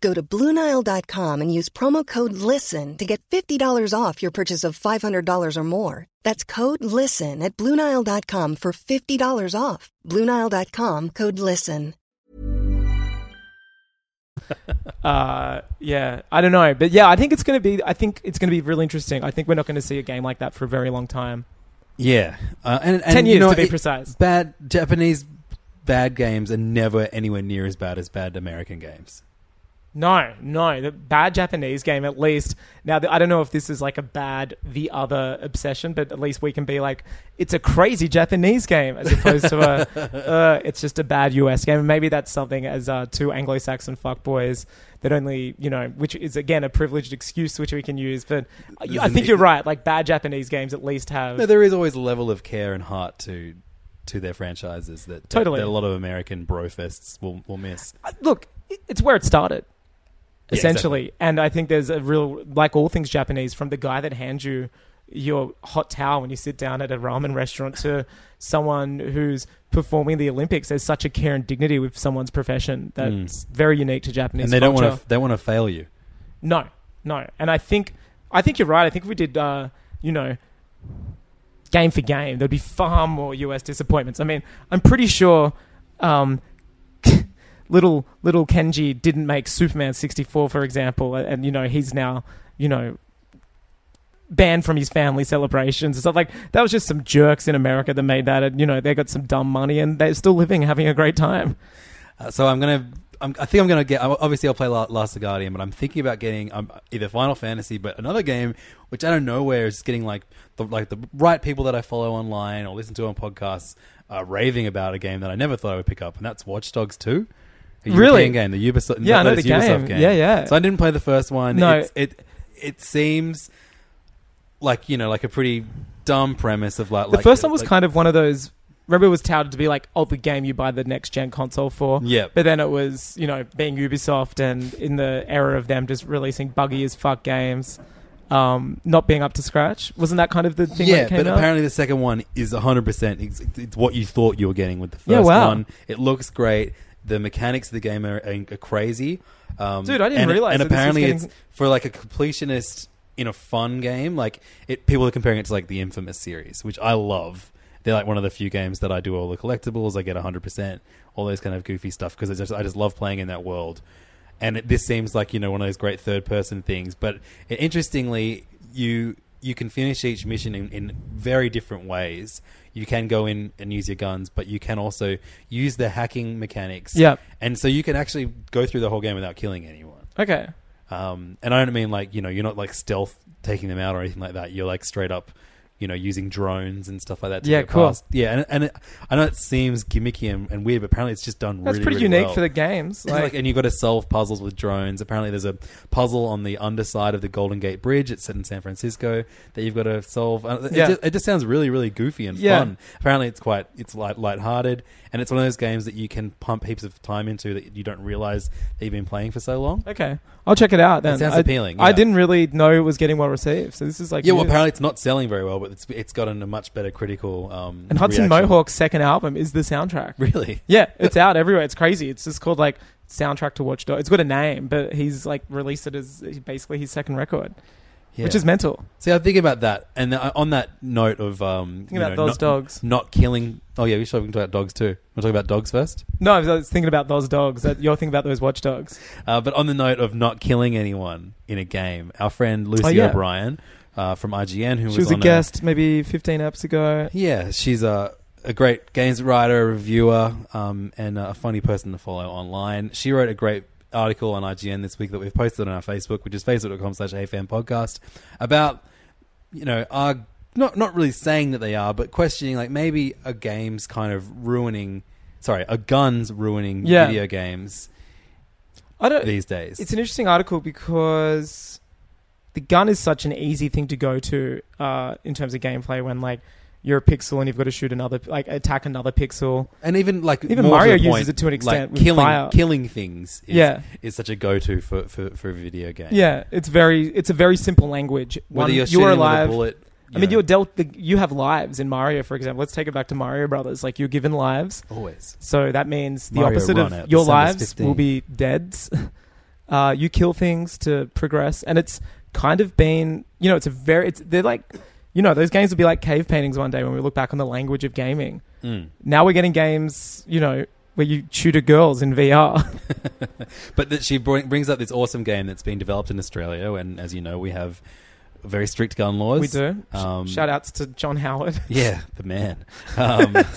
F: Go to BlueNile.com and use promo code LISTEN to get $50 off your purchase of $500 or more. That's code LISTEN at BlueNile.com for $50 off. BlueNile.com code LISTEN.
E: uh, yeah, I don't know, but yeah, I think it's going to be. I think it's going to be really interesting. I think we're not going to see a game like that for a very long time.
D: Yeah, uh, and, and
E: 10
D: you
E: years
D: know,
E: to be
D: it-
E: precise.
D: Bad Japanese bad games are never anywhere near as bad as bad American games.
E: No, no, the bad Japanese game at least. Now the, I don't know if this is like a bad the other obsession, but at least we can be like it's a crazy Japanese game as opposed to a uh, it's just a bad US game. And maybe that's something as uh, two Anglo-Saxon fuckboys that only you know, which is again a privileged excuse which we can use. But I, I
D: Isn't
E: think
D: it-
E: you're right. Like bad Japanese games at least have
D: No, there is always a level of care and heart to to their franchises that
E: Totally.
D: that a lot of American brofests will will miss.
E: look. it- It's where it started.
D: Yeah,
E: essentially. And I think there's a real, like all things Japanese, from the guy that hands you your hot towel when you sit down at a ramen restaurant to someone who's performing the Olympics. There's such a care and dignity with someone's profession that's very unique to Japanese.
D: Mm. and they don't
E: culture.
D: want to. They want to fail you.
E: No, no. And I think I think you're right. I think if we did, uh, you know, game for game, there'd be far more US disappointments. I mean, I'm pretty sure um, little little Kenji didn't make Superman 64, for example, and, and you know he's now you know banned from his family celebrations and stuff like that was just some jerks in america that made that and you know they got some dumb money and they're still living having a great time
D: Uh, so I'm gonna. I'm, I think I'm gonna get. Obviously, I'll play La- Last of Guardian, but I'm thinking about getting um, either Final Fantasy, but another game which I don't know where is getting like the like the right people that I follow online or listen to on podcasts uh, raving about a game that I never thought I would pick up, and that's Watch Dogs Two. A
E: Really?
D: European game, the Ubisoft.
E: Yeah, I know
D: those
E: the game. Yeah, yeah.
D: So I didn't play the first one.
E: No.
D: it's, it it seems like you know like a pretty dumb premise of like
E: The
D: like-
E: first one was
D: like-
E: kind of one of those. Remember, it was touted to be like, "Oh, the game you buy the next gen console for."
D: Yeah.
E: But then it was, you know, being Ubisoft and in the era of them just releasing buggy as fuck games, um, not being up to scratch. Wasn't that kind of the thing? when
D: Yeah,
E: it came
D: but
E: out?
D: apparently the second one is 100% ex- it's what you thought you were getting with the first
E: Yeah, wow.
D: one. It looks great. The mechanics of the game are, are crazy. Um,
E: Dude, I didn't
D: and,
E: realize
D: And
E: that this was
D: apparently,
E: getting-
D: it's for like a completionist in a fun game. Like it, people are comparing it to like the Infamous series, which I love. They're like one of the few games that I do all the collectibles. I get 100%, all those kind of goofy stuff because I just, I just love playing in that world. And it, this seems like you know one of those great third person things. But it, interestingly, you you can finish each mission in, in very different ways. You can go in and use your guns, but you can also use the hacking mechanics.
E: Yep.
D: And so you can actually go through the whole game without killing anyone.
E: Okay.
D: Um, and I don't mean like you know you're not like stealth taking them out or anything like that. You're like straight up, you know, using drones and stuff like that. To
E: Yeah,
D: get
E: cool.
D: past. Yeah, and, and it, I know it seems gimmicky and, and weird, but apparently it's just done.
E: That's
D: really,
E: pretty
D: really
E: unique
D: well.
E: for the games.
D: Like,
E: Like,
D: and you've got to solve puzzles with drones. Apparently, there's a puzzle on the underside of the Golden Gate Bridge. It's set in San Francisco that you've got to solve. Uh, It,
E: Yeah.
D: just, it just sounds really, really goofy and
E: Yeah.
D: fun. Apparently, it's quite it's light lighthearted, and it's one of those games that you can pump heaps of time into that you don't realize that you've been playing for so long.
E: okay, I'll check it out then.
D: sounds
E: I-
D: appealing,
E: I
D: yeah.
E: didn't really know it was getting well received, so this is like
D: Yeah, well,
E: news.
D: apparently it's not selling very well, but it's it's gotten a much better critical. Um,
E: And Hudson
D: reaction.
E: Mohawk's second album is the soundtrack.
D: really?
E: Yeah, it's out everywhere. It's crazy. It's just called like soundtrack to Watch Dogs. It's got a name, but he's like released it as basically his second record,
D: Yeah.
E: which is mental.
D: See, I think about that, and uh, on that note of um,
E: Think about those
D: not,
E: dogs.
D: not killing. Oh yeah, we should talk about dogs too. We're talking about dogs first.
E: No, I was thinking about those dogs. That- You're thinking about those Watch Dogs.
D: Uh, but on the note of not killing anyone in a game, our friend Lucy
E: Oh, yeah.
D: O'Brien uh, from IGN, who
E: She was a
D: on
E: guest maybe 15 eps ago.
D: yeah, she's a a great games writer, reviewer, um, and a funny person to follow online. She wrote a great article on IGN this week that we've posted on our Facebook, which is facebook.com slash AFAM podcast, about, you know, are not, not really saying that they are, but questioning like maybe a game's kind of ruining, sorry, a gun's ruining
E: Yeah.
D: video games
E: I don't.
D: these days.
E: It's an interesting article because the gun is such an easy thing to go to uh, in terms of gameplay when like you're a pixel and you've got to shoot another, like attack another pixel.
D: and even like
E: Even
D: more
E: Mario
D: to the
E: uses
D: point,
E: it to an extent
D: like
E: with
D: killing
E: fire.
D: killing things is,
E: Yeah.
D: is such a go to for, for, for a video game.
E: Yeah, it's very, it's a very simple language.
D: Whether
E: One-
D: you're shooting
E: alive,
D: with a bullet.
E: I mean,
D: know.
E: you're dealt. The, you have lives in Mario, for example. Let's take it back to Mario Brothers. Like you're given lives,
D: Always.
E: so that means the
D: Mario
E: opposite
D: Run
E: of
D: at
E: your
D: December's
E: lives
D: 15.
E: will be deads. Uh, you kill things to progress, and it's kind of been, you know, it's a very. It's they're like, you know, those games will be like cave paintings one day when we look back on the language of gaming.
D: Mm.
E: Now we're getting games, you know, where you tutor girls in VR.
D: But that she bring, brings up this awesome game that's been developed in Australia, and as you know, we have very strict gun laws.
E: we do. Shout outs to John Howard.
D: um, Yeah, the man. Um,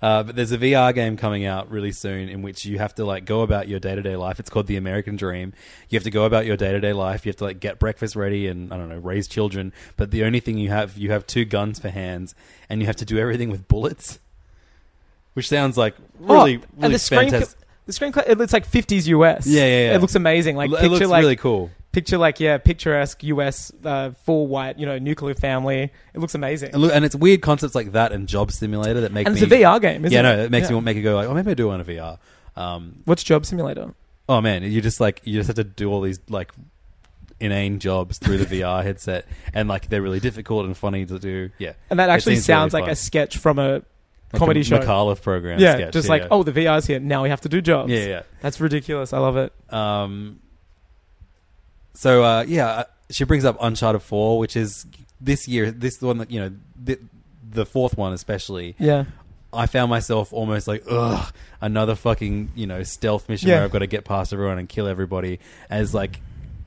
D: uh, but there's a VR game coming out really soon in which you have to like go about your day to day life. It's called The American Dream. You have to go about your day to day life. You have to like get breakfast ready and I don't know raise children. But the only thing you have you have two guns for hands, and you have to do everything with bullets. Which sounds like really,
E: Oh,
D: really fantastic.
E: Screen, the screen, cl- it looks like 50s US.
D: Yeah, yeah, yeah.
E: It looks amazing. Like
D: It
E: picture,
D: looks
E: like
D: really cool.
E: picture, like yeah, picturesque US, uh, full white, you know, nuclear family. It looks amazing.
D: And, look, and it's weird concepts like that and Job Simulator that make
E: and
D: me.
E: it's a VR game, isn't
D: yeah,
E: it?
D: no, it makes
E: Yeah.
D: me want make it go like, oh, maybe I do want a VR. Um,
E: What's Job Simulator?
D: oh man, you just like you just have to do all these like inane jobs through the VR headset, and like they're really difficult and funny to do. Yeah,
E: And that
D: It
E: actually
D: seems
E: sounds
D: really
E: like
D: fun.
E: a sketch from a
D: Like
E: comedy
D: a
E: show.
D: Mikhailov program.
E: yeah,
D: sketch,
E: just
D: yeah,
E: like
D: yeah.
E: oh, the VR's here now. We have to do jobs.
D: yeah, yeah.
E: that's ridiculous. I love it.
D: Um, so uh, yeah, uh, she brings up Uncharted Four, which is this year. This one that you know, the, the fourth one especially.
E: Yeah,
D: I found myself almost like, ugh, another fucking you know stealth mission
E: Yeah.
D: where I've got to get past everyone and kill everybody. As like,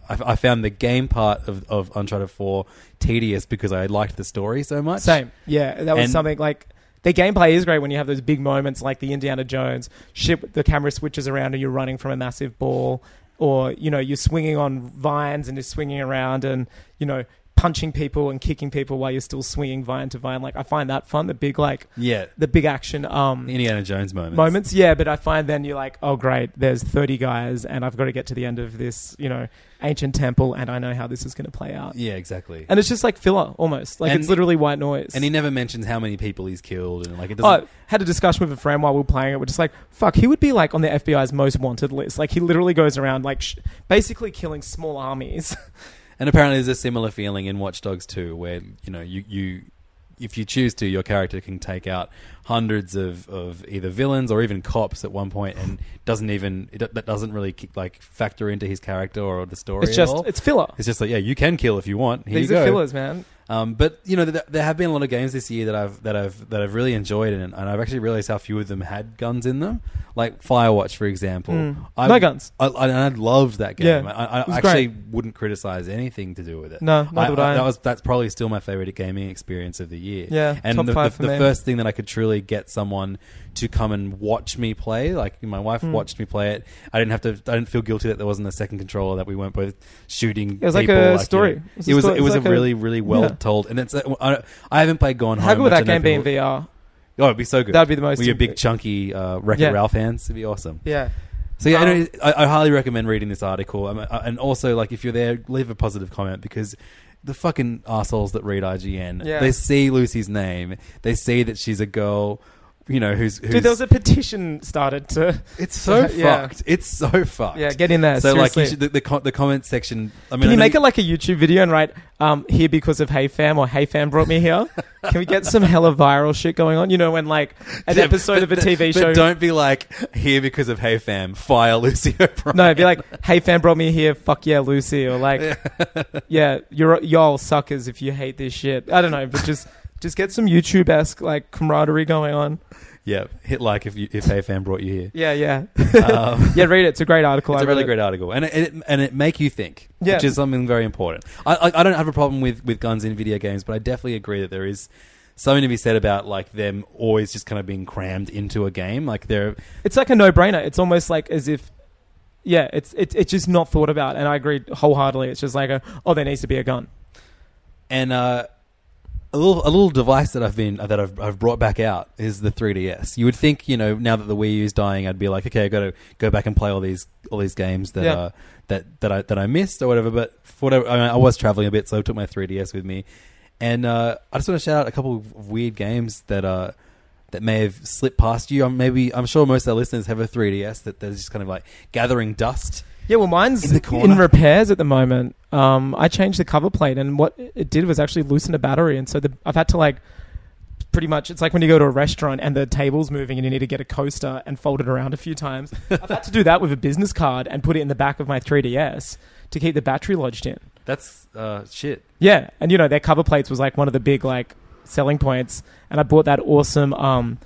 D: I, I found the game part of, of Uncharted Four tedious because I liked the story so much.
E: same. Yeah, that was
D: And-
E: something like. The gameplay is great when you have those big moments like the Indiana Jones ship. The camera switches around and you're running from a massive ball, or you know you're swinging on vines and you're swinging around and you know punching people and kicking people while you're still swinging vine to vine. Like I find that fun. The big like
D: Yeah,
E: the big action. Um,
D: the Indiana Jones moments.
E: moments. Yeah, but I find then you're like, oh great, there's 30 guys, and I've got to get to the end of this, you know, ancient temple, and I know how this is going to play out.
D: Yeah, exactly.
E: And it's just like filler almost, like
D: And-
E: it's literally white noise.
D: And he never mentions how many people he's killed and like it doesn't.
E: Oh, had a discussion with a friend while we were playing it. We're just like, fuck, he would be like on the FBI's most wanted list. Like he literally goes around like sh- basically killing small armies.
D: And apparently, there's a similar feeling in Watch Dogs 2, where you know you you if you choose to, your character can take out hundreds of, of either villains or even cops at one point, and doesn't even it, do- that doesn't really like factor into his character or the story.
E: it's
D: at
E: just
D: all.
E: it's filler.
D: It's just like yeah, you can kill if you want. Here
E: These
D: you
E: are
D: go.
E: fillers, man.
D: Um, but you know, th- there have been a lot of games this year that I've that I've that I've really enjoyed, and, and I've actually realized how few of them had guns in them. Like Firewatch, for example, I,
E: Hmm. No guns.
D: I, I, and I loved that game.
E: Yeah.
D: I, I
E: It was
D: actually wouldn't criticize anything to do with it.
E: No, neither would I.
D: That was that's probably still my favorite gaming experience of the year.
E: Yeah,
D: and
E: top
D: the,
E: five
D: the,
E: for
D: the
E: me.
D: first thing that I could truly get someone to come and watch me play, like my wife
E: Hmm.
D: watched me play it. I didn't have to. I didn't feel guilty that there wasn't a second controller that we weren't both shooting.
E: It was like
D: people,
E: a
D: you
E: story.
D: know.
E: It was
D: It
E: a
D: was.
E: story.
D: It
E: It was
D: was a
E: like a-
D: really really well
E: Yeah.
D: told, and it's. uh, I, I haven't played Gone Home.
E: How good would
D: but I
E: that game be
D: know
E: in
D: people-
E: VR?
D: Oh, it'd be so good.
E: That'd be the most-
D: With your big chunky uh, Wreck-It
E: Yeah.
D: Ralph hands, it'd be awesome.
E: Yeah.
D: So yeah, I,
E: Um,
D: know, I, I highly recommend reading this article, um, uh, and also like if you're there, leave a positive comment because the fucking assholes that read IGN,
E: Yeah.
D: they see Lucy's name, they see that she's a girl, you know, who's, who's
E: Dude, there was a petition started to
D: it's so
E: Yeah.
D: fucked, it's so fucked.
E: Yeah, get in there.
D: so like you
E: seriously.
D: should, the, the co- the comment section. I mean,
E: Can
D: I
E: you
D: know
E: make it like a YouTube video and write um, here because of Hey Fam or Hey Fam brought me here? Can we get some hella viral shit going on? You know, when like an
D: Yeah,
E: episode
D: but-
E: of a
D: but-
E: TV show.
D: But don't be like here because of Hey Fam, fire Lucy O'Brien.
E: no, be like, Hey Fam brought me here. Fuck yeah, Lucy, or like, yeah, you're y'all suckers if you hate this shit. I don't know, but just just get some YouTube esque like camaraderie going on.
D: yeah, hit like if you, if Hey Fam brought you here.
E: Yeah, yeah, yeah. Read it. It's a great article.
D: Um, It's
E: I
D: a really
E: read it.
D: great article, and it, and it and it make you think,
E: Yeah.
D: which is something very important. I, I I don't have a problem with with guns in video games, but I definitely agree that there is something to be said about like them always just kind of being crammed into a game. Like they're
E: It's like a no brainer. It's almost like as if. Yeah, it's it's it's just not thought about, and I agree wholeheartedly. It's just like, a, oh, there needs to be a gun.
D: and uh, a little a little device that I've been that I've, I've brought back out is the 3ds. You would think you know now that the Wii U's dying, I'd be like, okay, I got to go back and play all these all these games that
E: Yeah.
D: uh, that that I that I missed or whatever. But for whatever, I, mean, I was traveling a bit, so I took my 3ds with me. And uh, I just want to shout out a couple of weird games that uh, that may have slipped past you. I'm maybe I'm sure most of our listeners have a 3ds that they're just kind of like gathering dust.
E: Yeah, well, mine's
D: In
E: in,
D: the corner.
E: repairs at the moment. Um, I changed the cover plate, and what it did was actually loosen a battery, and so the, I've had to like pretty much. It's like when you go to a restaurant and the table's moving, and you need to get a coaster and fold it around a few times. I've had to do that with a business card and put it in the back of my 3ds to keep the battery lodged in.
D: That's uh, shit.
E: Yeah, and you know their cover plates was like one of the big like selling points, and I bought that awesome um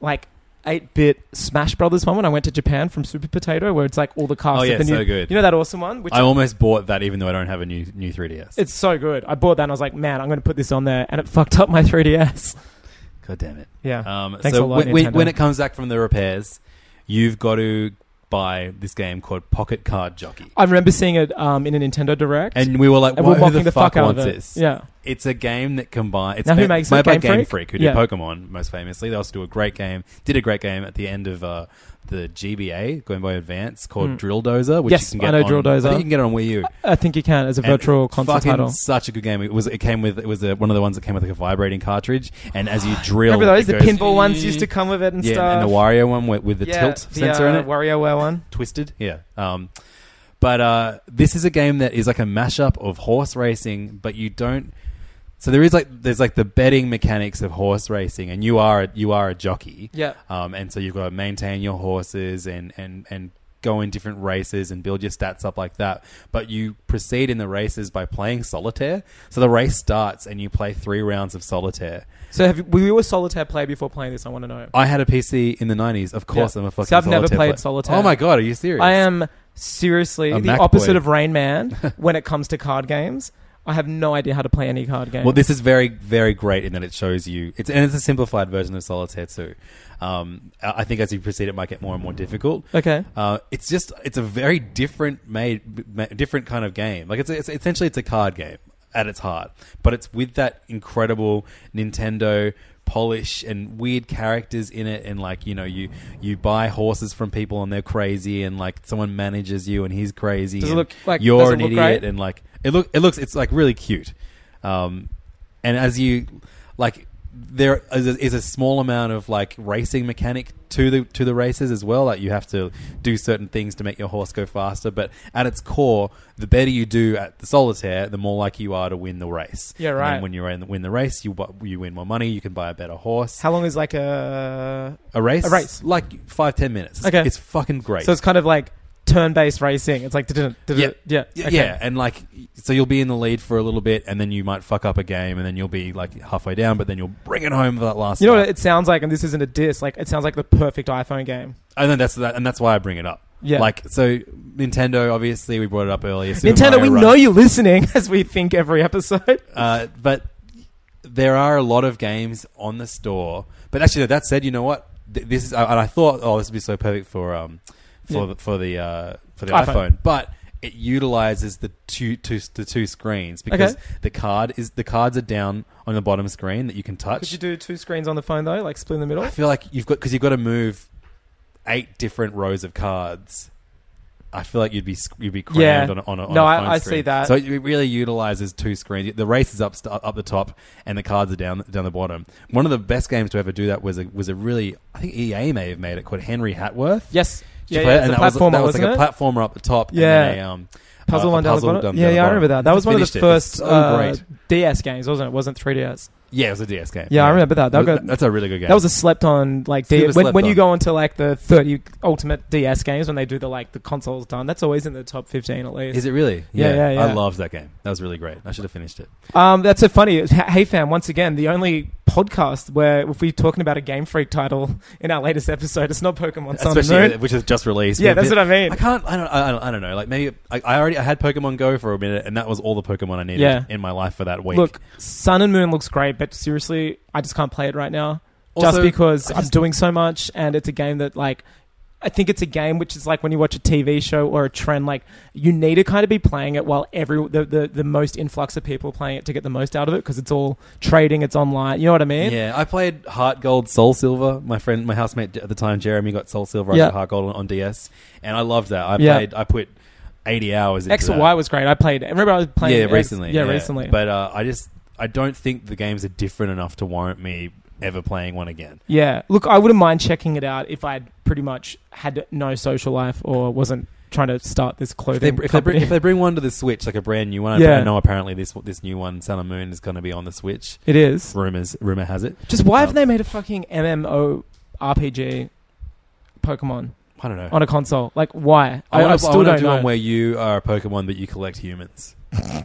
E: like. 8-bit Smash Brothers one when I went to Japan from Super Potato where it's like all the casts
D: Oh, yeah,
E: of the
D: so
E: new-
D: good.
E: You know that awesome one which
D: I almost bought that even though I don't have a new new 3ds.
E: it's so good. I bought that and I was like, man, I'm going to put this on there. And it fucked up my 3DS.
D: God damn it.
E: Yeah.
D: Um,
E: Thanks a
D: so
E: lot,
D: when, when,
E: Nintendo.
D: when it comes back from the repairs, you've got to buy this game called Pocket Card Jockey.
E: I remember seeing it um, in a Nintendo Direct.
D: And we were like,
E: And
D: "Wha- who the, fuck,
E: out of
D: wants
E: it.
D: this?
E: Yeah.
D: It's a game that combines. It's
E: Now who
D: made-
E: makes
D: it's
E: it?
D: made by
E: Game
D: Game
E: Freak?
D: Freak, who did
E: Yeah.
D: Pokemon most famously. They also do a great game. Did a great game at the end of uh, the GBA Game Boy Advance called Drill Dozer, which
E: Hmm. Yes,
D: you can get
E: I know
D: on,
E: Drill Dozer.
D: I think you can get it on Wii U.
E: I think you can as a
D: And
E: virtual console
D: fucking
E: title.
D: Such a good game. It was. It came with. It was a, one of the ones that came with like a vibrating cartridge, and as you drill,
E: Remember those? The
D: it goes-
E: pinball ones used to come with it and
D: Yeah,
E: stuff.
D: and, the Wario one with, with the
E: Yeah,
D: tilt
E: the,
D: sensor in
E: uh,
D: it,
E: WarioWare one.
D: twisted. Yeah. Um, but uh, this is a game that is like a mashup of horse racing, but you don't. So there is like there's like the betting mechanics of horse racing, and you are a, you are a jockey.
E: Yeah.
D: Um, and so you've got to maintain your horses and and and go in different races and build your stats up like that. But you proceed in the races by playing solitaire. So the race starts, and you play three rounds of solitaire.
E: So have you, were you a solitaire player before playing this? I want to know.
D: I had a PC in the '90s. Of course,
E: Yeah.
D: I'm a fucking.
E: See, I've never
D: solitaire
E: played
D: player.
E: solitaire.
D: Oh my god, are you serious?
E: I am seriously
D: A
E: the
D: Mac
E: opposite
D: boy.
E: of Rain Man when it comes to card games. I have no idea how to play any card game.
D: Well, this is very, very great in that it shows you. It's and it's a simplified version of solitaire too. Um, I I think as you proceed, it might get more and more difficult.
E: Okay.
D: Uh, it's just it's a very different made, ma- different kind of game. Like it's, it's essentially it's a card game at its heart, but it's with that incredible Nintendo polish and weird characters in it and like you know you you buy horses from people and they're crazy and like someone manages you and he's crazy
E: Does it
D: and
E: look like-
D: you're
E: does it
D: an
E: look
D: idiot
E: great?
D: and like it look it looks it's like really cute um and as you like there is a, is a small amount of like racing mechanic to the to the races as well like you have to do certain things to make your horse go faster but at its core the better you do at the solitaire the more likely you are to win the race
E: Yeah,
D: And then
E: right.
D: when you win the, win the race you bu- you win more money you can buy a better horse
E: how long is like a?
D: a race
E: a race?
D: like five ten minutes It's-
E: Okay.
D: it's fucking great
E: So it's kind of like turn-based racing. It's like did yeah yeah
D: yeah,
E: okay.
D: yeah, and like so you'll be in the lead for a little bit, and then you might fuck up a game, and then you'll be like halfway down, but then you'll bring it home for that last.
E: You know
D: stop.
E: what it sounds like, and this isn't a diss. Like it sounds like the perfect iPhone game.
D: and then that's that, and that's why I bring it up.
E: Yeah.
D: like so Nintendo. Obviously, we brought it up earlier. Super
E: Nintendo,
D: Mario
E: we
D: Run.
E: know you're listening as we think every episode.
D: Uh, but there are a lot of games on the store. But actually, that said, you know what? Th- This is, and I thought, oh, this would be so perfect for um for
E: Yeah.
D: the, for the uh, for the
E: iPhone.
D: iPhone. but. It utilizes the two, two the two screens because
E: Okay.
D: the card is the cards are down on the bottom screen that you can touch.
E: Could you do two screens on the phone though, like split in the middle?
D: I feel like you've got because you've got to move eight different rows of cards. I feel like you'd be sc- you'd be crammed
E: Yeah.
D: on a, on a, on
E: No,
D: a
E: I-
D: phone
E: I see
D: screen.
E: that.
D: So it it really utilizes two screens. The race is up st- up the top, and the cards are down down the bottom. One of the best games to ever do that was a, was a really I think EA may have made it called Henry Hatworth.
E: Yes.
D: Did you
E: Yeah, yeah,
D: play it?
E: it's
D: and
E: a
D: that was,
E: platformer,
D: that was like
E: wasn't
D: a
E: it?
D: platform up the top.
E: Yeah.
D: and then a, um,
E: Puzzle
D: uh, a
E: one down the
D: puzzle
E: bottom.
D: down
E: yeah,
D: the
E: yeah, I
D: bottom.
E: remember that. That was one of
D: Finished
E: the
D: it. It's
E: first
D: so
E: uh,
D: great.
E: DS games, wasn't it? It wasn't 3DS.
D: Yeah, it was a DS game.
E: Yeah, I remember that. That got-
D: that's a really good game.
E: That was a slept on like
D: Super
E: D- when,
D: slept
E: when you
D: on.
E: go into like the 30 ultimate DS games when they do the like the consoles done. That's always in the top 15 at least.
D: is it really?
E: Yeah, yeah, yeah.
D: I loved that game. That was really great. I should have finished it.
E: Um, that's so funny. H- Hey fam, once again, the only podcast where if we're talking about a Game Freak title in our latest episode, it's not Pokemon Sun and
D: especially uh,
E: Moon.
D: which is just released.
E: Yeah,
D: But-
E: that's what I mean.
D: I can't. I don't. I don't, I don't know. Like maybe I, I already I had Pokemon Go for a minute, and that was all the Pokemon I needed
E: Yeah.
D: in my life for that week.
E: Look, Sun and Moon looks great, but seriously, I just can't play it right now. just
D: Also,
E: because
D: I
E: I'm
D: just-
E: doing so much, and it's a game that like. I think it's a game which is like when you watch a TV show or a trend, like you need to kind of be playing it while every the, the, the most influx of people playing it to get the most out of it because it's all trading, it's online. You know what I mean?
D: yeah, I played Heart Gold, Soul Silver. My friend, my housemate at the time, Jeremy, got Soul Silver.
E: Yeah.
D: I got Heart Gold on, on DS, and I loved that. I
E: Yeah.
D: played. I put eighty hours. Into
E: X
D: that.
E: and Y was great. I played. Remember, I was playing.
D: yeah,
E: X-
D: recently.
E: Yeah, recently.
D: But uh, I just I don't think the games are different enough to warrant me ever playing one again.
E: yeah, look, I wouldn't mind checking it out if I'd pretty much had no social life or wasn't trying to start this
D: If they,
E: clothing
D: br- if, they bring,
E: company.
D: if they bring one to the Switch, like a brand new one, I-
E: Yeah.
D: I know apparently this this new one, Sun and Moon, is going to be on the Switch.
E: it is.
D: rumors rumor has it.
E: Just why haven't
D: Um,
E: they made a fucking MMO RPG Pokemon
D: I don't know.
E: on a console? Like, why?
D: I,
E: I
D: want to
E: still don't
D: do
E: know.
D: one where you are a Pokemon but you collect humans. I'd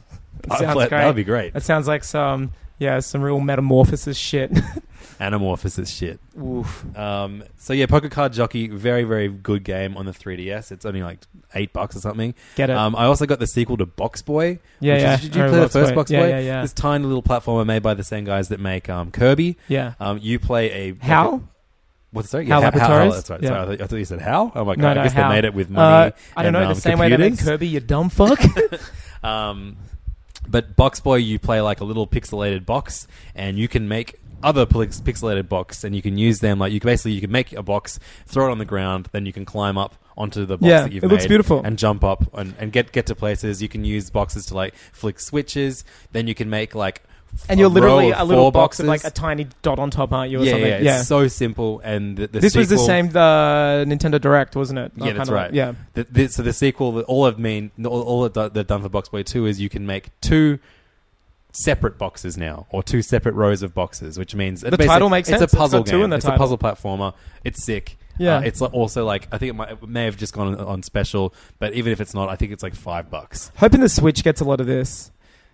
E: sounds
D: play-
E: great.
D: That would be great.
E: That sounds like some yeah, some real metamorphosis shit.
D: Anamorphosis shit.
E: Oof.
D: Um, so yeah, Poker Card Jockey, very very good game on the 3DS. It's only like eight bucks or something.
E: Get it?
D: Um, I also got the sequel to Box Boy.
E: yeah,
D: which is-
E: yeah.
D: did you
E: I
D: play the
E: remember
D: first Box Boy?
E: Yeah, yeah, yeah.
D: This tiny little platformer made by the same guys that make um, Kirby.
E: yeah.
D: Um, you play a like
E: How?
D: a- What's sorry?
E: How
D: Yeah,
E: Laboratories?
D: that's right.
E: Yeah.
D: Sorry, I thought, I thought you said how. Oh my god!
E: no, no.
D: I guess
E: how?
D: they made it with
E: Uh,
D: money.
E: I don't
D: and,
E: know.
D: um,
E: the same way they
D: computers.
E: made Kirby, you dumb fuck.
D: Um, But Box Boy, you play like a little pixelated box, and you can make other pix- pixelated box, and you can use them. Like you can- basically, you can make a box, throw it on the ground, then you can climb up onto the box
E: Yeah,
D: that you've
E: it looks
D: made
E: beautiful.
D: and jump up and, and get get to places. You can use boxes to like flick switches. Then you can make like f-
E: and you're
D: a
E: literally
D: row of
E: a little
D: four
E: box with like
D: boxes.
E: a tiny dot on top, aren't you? Or
D: yeah,
E: something.
D: yeah, it's so simple. And the, the
E: this was the
D: sequel-
E: same uh, Nintendo Direct, wasn't it?
D: Yeah, that's
E: Kinda like-
D: right.
E: yeah,
D: The, the, so the sequel, the- all I've mean, all, all that they've done for Box Boy Two is you can make two separate boxes now, or two separate rows of boxes, which means the
E: title makes
D: it's
E: sense.
D: a
E: It's got
D: puzzle
E: two
D: game.
E: in the
D: it's a
E: title.
D: puzzle platformer. It's sick.
E: Yeah.
D: Uh, it's like- also like I think it, might, it may have just gone on, on special, but even if it's not, I think it's like five bucks.
E: hoping the Switch gets a lot of this.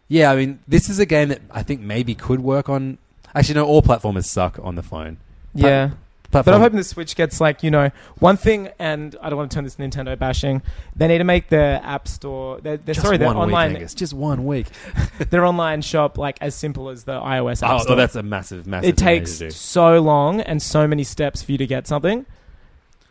D: Yeah, I mean, this is a game that I think maybe could work on. Actually, no, all platformers suck on the phone. Pla-
E: Yeah,
D: Platform,
E: but I'm hoping the Switch gets like you know one thing. And I don't want to turn this Nintendo bashing. They need to make their app store. Their, their,
D: just
E: sorry, their
D: one week,
E: online
D: Angus, just one week.
E: their online shop like as simple as the iOS app
D: Oh,
E: store.
D: oh, that's a massive, massive.
E: it
D: thing they need
E: takes
D: to do.
E: so long and so many steps for you to get something.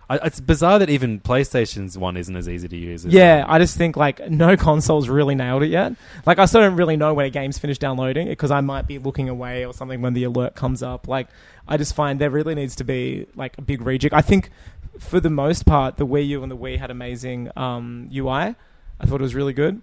D: I, it's bizarre that even PlayStation's one isn't as easy to use. As um,
E: Yeah, I just think like no console's really nailed it yet. Like I still don't really know when a game's finished downloading it because I might be looking away or something when the alert comes up. Like I just find there really needs to be like a big rejig. I think for the most part, the Wii U and the Wii had amazing um, UI. I thought it was really good.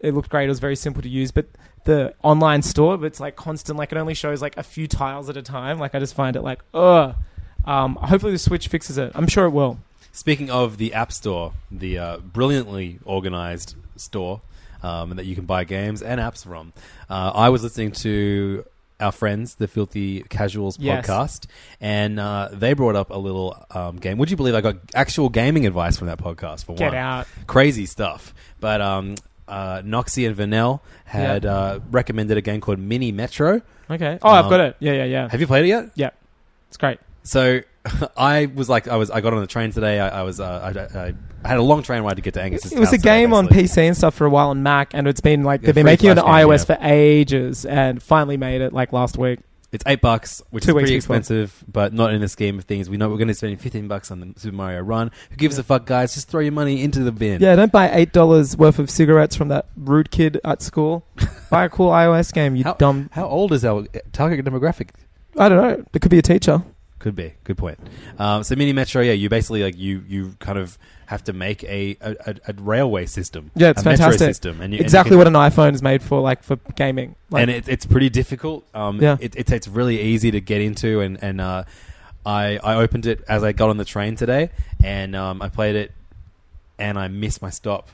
E: It looked great. It was very simple to use, but the online store, but it's like constant. Like it only shows like a few tiles at a time. Like I just find it like ugh. Um, hopefully the Switch fixes it. I'm sure it will.
D: Speaking of the App Store, the uh, brilliantly organized store um, that you can buy games and apps from, uh, I was listening to our friends, the Filthy Casuals
E: Yes.
D: podcast, and uh, they brought up a little um, game. Would you believe I got actual gaming advice from that podcast? For
E: Get
D: one,
E: out.
D: crazy stuff. But um, uh, Noxie and Vanel had
E: Yeah.
D: uh, recommended a game called Mini Metro.
E: Okay. Oh,
D: Um,
E: I've got it. Yeah, yeah, yeah.
D: Have you played it yet?
E: Yeah, it's great.
D: So I was like, I was, I got on the train today. I, I was, uh, I, I, I had a long train ride to get to Angus's.
E: It was a
D: house today,
E: game on
D: basically.
E: PC and stuff for a while on Mac, and it's been like
D: Yeah,
E: they've been
D: free
E: making it on
D: flash game,
E: iOS for ages, and finally made it like last week.
D: It's eight bucks, which
E: Two
D: is
E: weeks
D: pretty
E: before.
D: expensive, but not in the scheme of things. We know we're going to spend fifteen bucks on the Super Mario Run. Who gives a fuck, guys? Just throw your money into the bin.
E: Yeah, don't buy eight dollars worth of cigarettes from that rude kid at school. buy a cool iOS game, you
D: How-
E: dumb.
D: How old is our uh, target demographic?
E: I don't know. It could be a teacher.
D: Could be. Good point. Um, so mini metro, yeah, you basically like you you kind of have to make a a, a, a railway system.
E: Yeah, it's
D: a
E: fantastic.
D: Metro system, and you, and you
E: exactly
D: can-
E: what an iPhone is made for, like for gaming. Like,
D: and it, it's pretty difficult. Um,
E: Yeah.
D: it, it, it's really easy to get into, and and uh, I I opened it as I got on the train today, and um, I played it, and I missed my stop.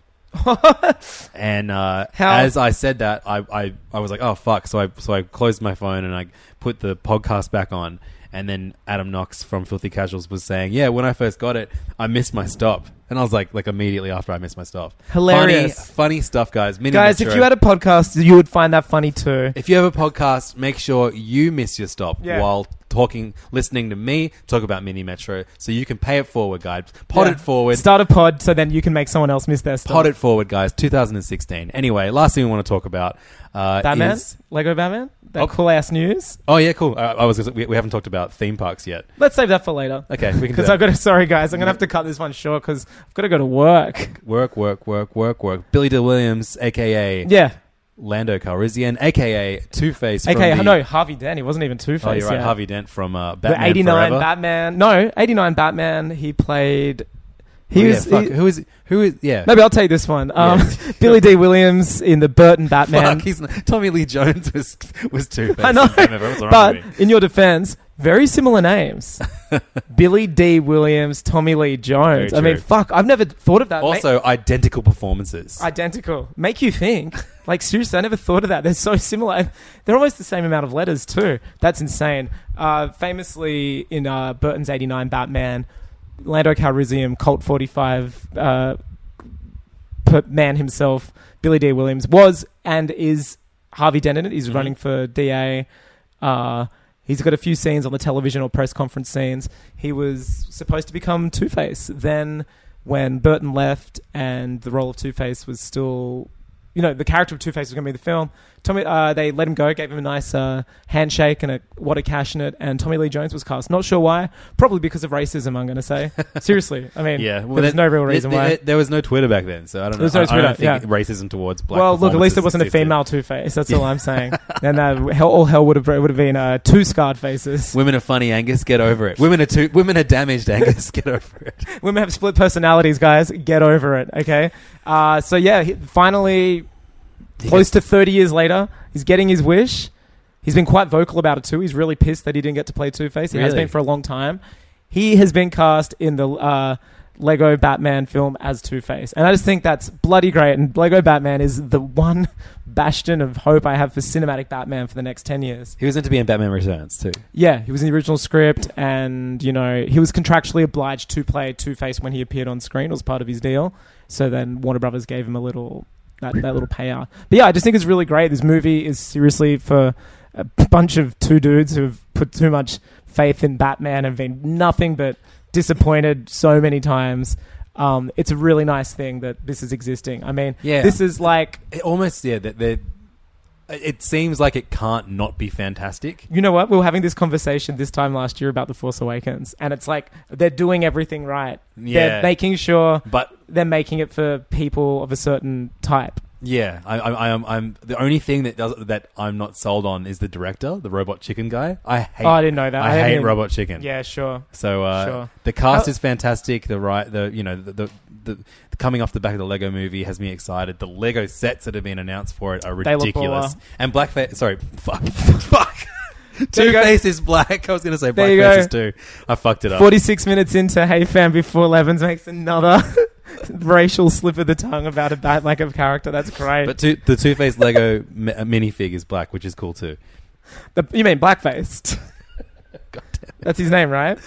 D: and uh,
E: How-
D: as I said that, I, I, I was like, oh fuck! So I so I closed my phone and I put the podcast back on, and then Adam Knox from Filthy Casuals was saying, yeah, when I first got it, I missed my stop, and I was like, like immediately after I missed my stop,
E: Hilarious.
D: funny, funny stuff, guys. Mini
E: guys, if
D: Metro.
E: you had a podcast, you would find that funny too.
D: If you have a podcast, make sure you miss your stop
E: Yeah.
D: while talking, listening to me talk about Mini Metro, so you can pay it forward, guys. Pot
E: Yeah.
D: it forward.
E: Start a pod, so then you can make someone else miss their stuff.
D: Pot it forward, guys. 2016. Anyway, last thing we want to talk about uh,
E: Batman,
D: is
E: Lego Batman, that
D: Oh.
E: cool ass news.
D: oh yeah, cool. I, I was gonna say- we, we haven't talked about theme parks yet.
E: Let's save that for later.
D: Okay, we can do
E: Because
D: that.
E: I've got to, sorry guys, I'm gonna have to cut this one short because I've got to go to work.
D: work, work, work, work, work. Billy D. Williams, aka
E: Yeah.
D: Lando Calrissian, aka Two Face.
E: Okay.
D: the,
E: No, Harvey Dent. He wasn't even Two Face.
D: Oh, you're right. Harvey Dent from uh, Batman
E: the '89
D: Forever.
E: Batman. No, '89 Batman. He played. He
D: Oh, yeah,
E: was.
D: fuck.
E: he-
D: who is who is yeah.
E: maybe I'll take this one. Um,
D: Yeah.
E: Billy D. Williams in the Burton Batman.
D: Fuck, he's not, Tommy Lee Jones was was two.
E: I know, but in your defense, very similar names. Billy D. Williams, Tommy Lee Jones.
D: Very
E: I mean,
D: true.
E: fuck, I've never thought of that. mate.
D: also identical performances.
E: identical. Make you think. Like seriously, I never thought of that. They're so similar. They're almost the same amount of letters too. That's insane. Uh, famously in uh, Burton's '89 Batman, Lando Calrissian, Colt 45, uh, p- man himself, Billy D. Williams was and is Harvey Dent in it. He's running for DA. Uh, he's got a few scenes on the television or press conference scenes. He was supposed to become Two Face. Then, when Burton left and the role of Two Face was still, you know, the character of Two Face was going to be the film, Tommy, uh, they let him go, gave him a nice uh, handshake and a wad of cash in it, and Tommy Lee Jones was cast. Not sure why. Probably because of racism. I'm going to say. Seriously, I mean,
D: Yeah,
E: there's
D: there-
E: no real reason
D: there,
E: why.
D: There, there was no Twitter back then, so I don't know.
E: There was no
D: I- I, don't
E: Twitter,
D: think racism towards black.
E: well, look, at least
D: performances
E: it wasn't a
D: existed.
E: female Two Face. That's all I'm saying. Then uh, hell, all hell would have would have been uh, two scarred faces.
D: Women are funny, Angus. Get over it. Women are too. Women are damaged, Angus. Get over it.
E: Women have split personalities, guys. Get over it, okay? Uh, so yeah, he, finally, close to 30 years later, he's getting his wish. He's been quite vocal about it too. He's really pissed that he didn't get to play Two Face. He has
D: Really?
E: been for a long time. He has been cast in the uh, Lego Batman film as Two Face, and I just think that's bloody great. And Lego Batman is the one bastion of hope I have for cinematic Batman for the next 10 years.
D: He was meant to be in Batman Returns too.
E: Yeah, he was in the original script, and you know he was contractually obliged to play Two Face when he appeared on screen. It was part of his deal. So then Warner Brothers gave him a little that, that little payout. But yeah, I just think it's really great. This movie is seriously for a bunch of two dudes who've put too much faith in Batman and been nothing but disappointed so many times. Um, it's a really nice thing that this is existing. I mean,
D: Yeah.
E: this is like
D: It almost, yeah. That they, it seems like it can't not be fantastic.
E: you know what? We were having this conversation this time last year about The Force Awakens, and it's like they're doing everything right.
D: Yeah.
E: They're making sure
D: But
E: they're making it for people of a certain type.
D: yeah, I, I, I'm, I'm the only thing that does that I'm not sold on is the director, the robot chicken guy. I hate.
E: Oh, I didn't know that.
D: I,
E: I
D: hate
E: haven't-
D: robot chicken.
E: Yeah, sure.
D: So uh,
E: Sure.
D: the cast
E: How-
D: is fantastic. The right, the you know, the, the the coming off the back of the Lego movie has me excited. The Lego sets that have been announced for it are
E: They look
D: ridiculous.
E: baller.
D: And blackface, sorry, fuck, fuck.
E: you
D: Two
E: go.
D: Face is black. I was gonna say
E: There you
D: blackface
E: go.
D: is two. I fucked it up.
E: 46 minutes into Hey Fam Before Levens makes another racial slip of the tongue about a bad lack of character. That's great.
D: But two, the Two Face Lego mi- minifig is black, which is cool too.
E: The- you mean blackface? That's his name, right?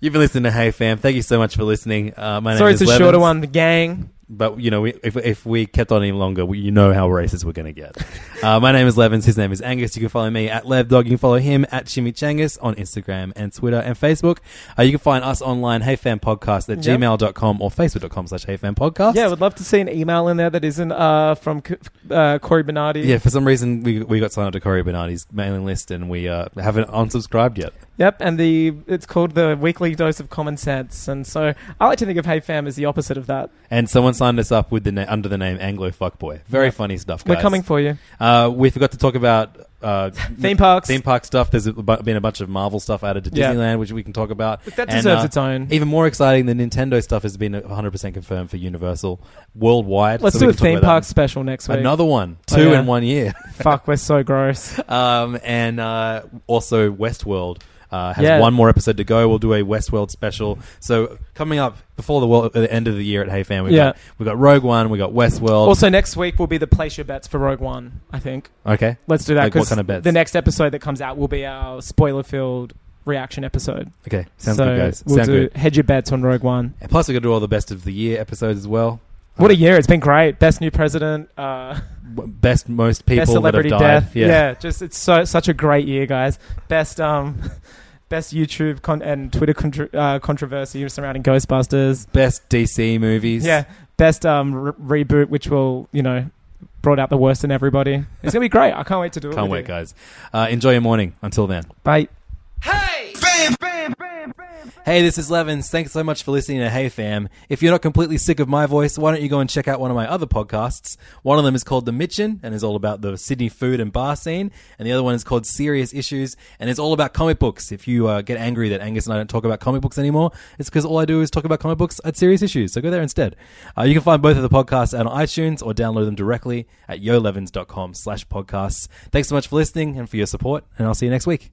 D: You've been listening to Hey Fam. Thank you so much for listening. Uh, my
E: Sorry,
D: name is
E: it's a
D: Levins,
E: shorter one. The gang.
D: But you know, we, if if we kept on any longer, we, you know how racist we're going to get. Uh, my name is Levins. His name is Angus. You can follow me at LevDog. You can follow him at Chimichangas on Instagram and Twitter and Facebook. Uh, you can find us online, heyfanpodcast at
E: Yep.
D: gmail.com or facebook.com slash heyfanpodcast.
E: Yeah, I would love to see an email in there that isn't uh, from C- uh, Corey Bernardi.
D: yeah, for some reason, we, we got signed up to Corey Bernardi's mailing list and we uh, haven't unsubscribed yet.
E: Yep, and the it's called the weekly dose of common sense, and so I like to think of Hey Fam as the opposite of that.
D: And someone signed us up with the na- under the name Anglo Fuckboy. Very funny stuff, guys.
E: We're coming for you.
D: Uh, we forgot to talk about uh,
E: Theme parks.
D: Theme park stuff. There's a bu- been a bunch of Marvel stuff added to
E: Yeah.
D: Disneyland, which we can talk about.
E: But that
D: And,
E: deserves
D: uh,
E: its own.
D: Even more exciting, the Nintendo stuff has been 100% confirmed for Universal worldwide.
E: Let's
D: so
E: do
D: we
E: a
D: can talk
E: theme
D: about
E: park
D: that.
E: special next week.
D: Another one,
E: Oh,
D: two
E: yeah.
D: in one year.
E: Fuck, we're so gross.
D: Um, and uh, also Westworld. Uh, has
E: Yeah.
D: one more episode to go. We'll do a Westworld special. So coming up before the, world, uh, the end of the year at Hey Fan, we've
E: Yeah.
D: got we got Rogue One, we got Westworld.
E: also, next week will be the place your bets for Rogue One. I think
D: okay,
E: let's do that
D: Like what
E: because
D: kind of bets?
E: the next episode that comes out will be our spoiler filled reaction episode.
D: okay, sounds
E: so
D: good, guys.
E: We'll
D: Sound
E: do
D: good.
E: hedge your bets on Rogue One.
D: And plus, we're going to do all the best of the year episodes as well.
E: What a year! It's been great. Best new president. Uh,
D: W- Best most people
E: best celebrity
D: that have died.
E: death. Yeah. just it's so such a great year, guys. Best um, best YouTube con- and Twitter contr uh, controversy surrounding Ghostbusters.
D: Best DC movies.
E: Yeah, best um re- reboot, which will you know brought out the worst in everybody. It's gonna be great. I can't wait to do it.
D: Can't
E: with
D: wait,
E: you.
D: guys. Uh, enjoy your morning. Until then.
E: Bye.
D: Hey, this is Levins. Thanks so much for listening to Hey Fam. If you're not completely sick of my voice, why don't you go and check out one of my other podcasts? One of them is called The Mitchin and is all about the Sydney food and bar scene, and the other one is called Serious Issues and it's all about comic books. If you uh, get angry that Angus and I don't talk about comic books anymore, it's because all I do is talk about comic books at Serious Issues. So go there instead. Uh, you can find both of the podcasts out on iTunes or download them directly at yolevins.com slash podcasts. Thanks so much for listening and for your support, and I'll see you next week.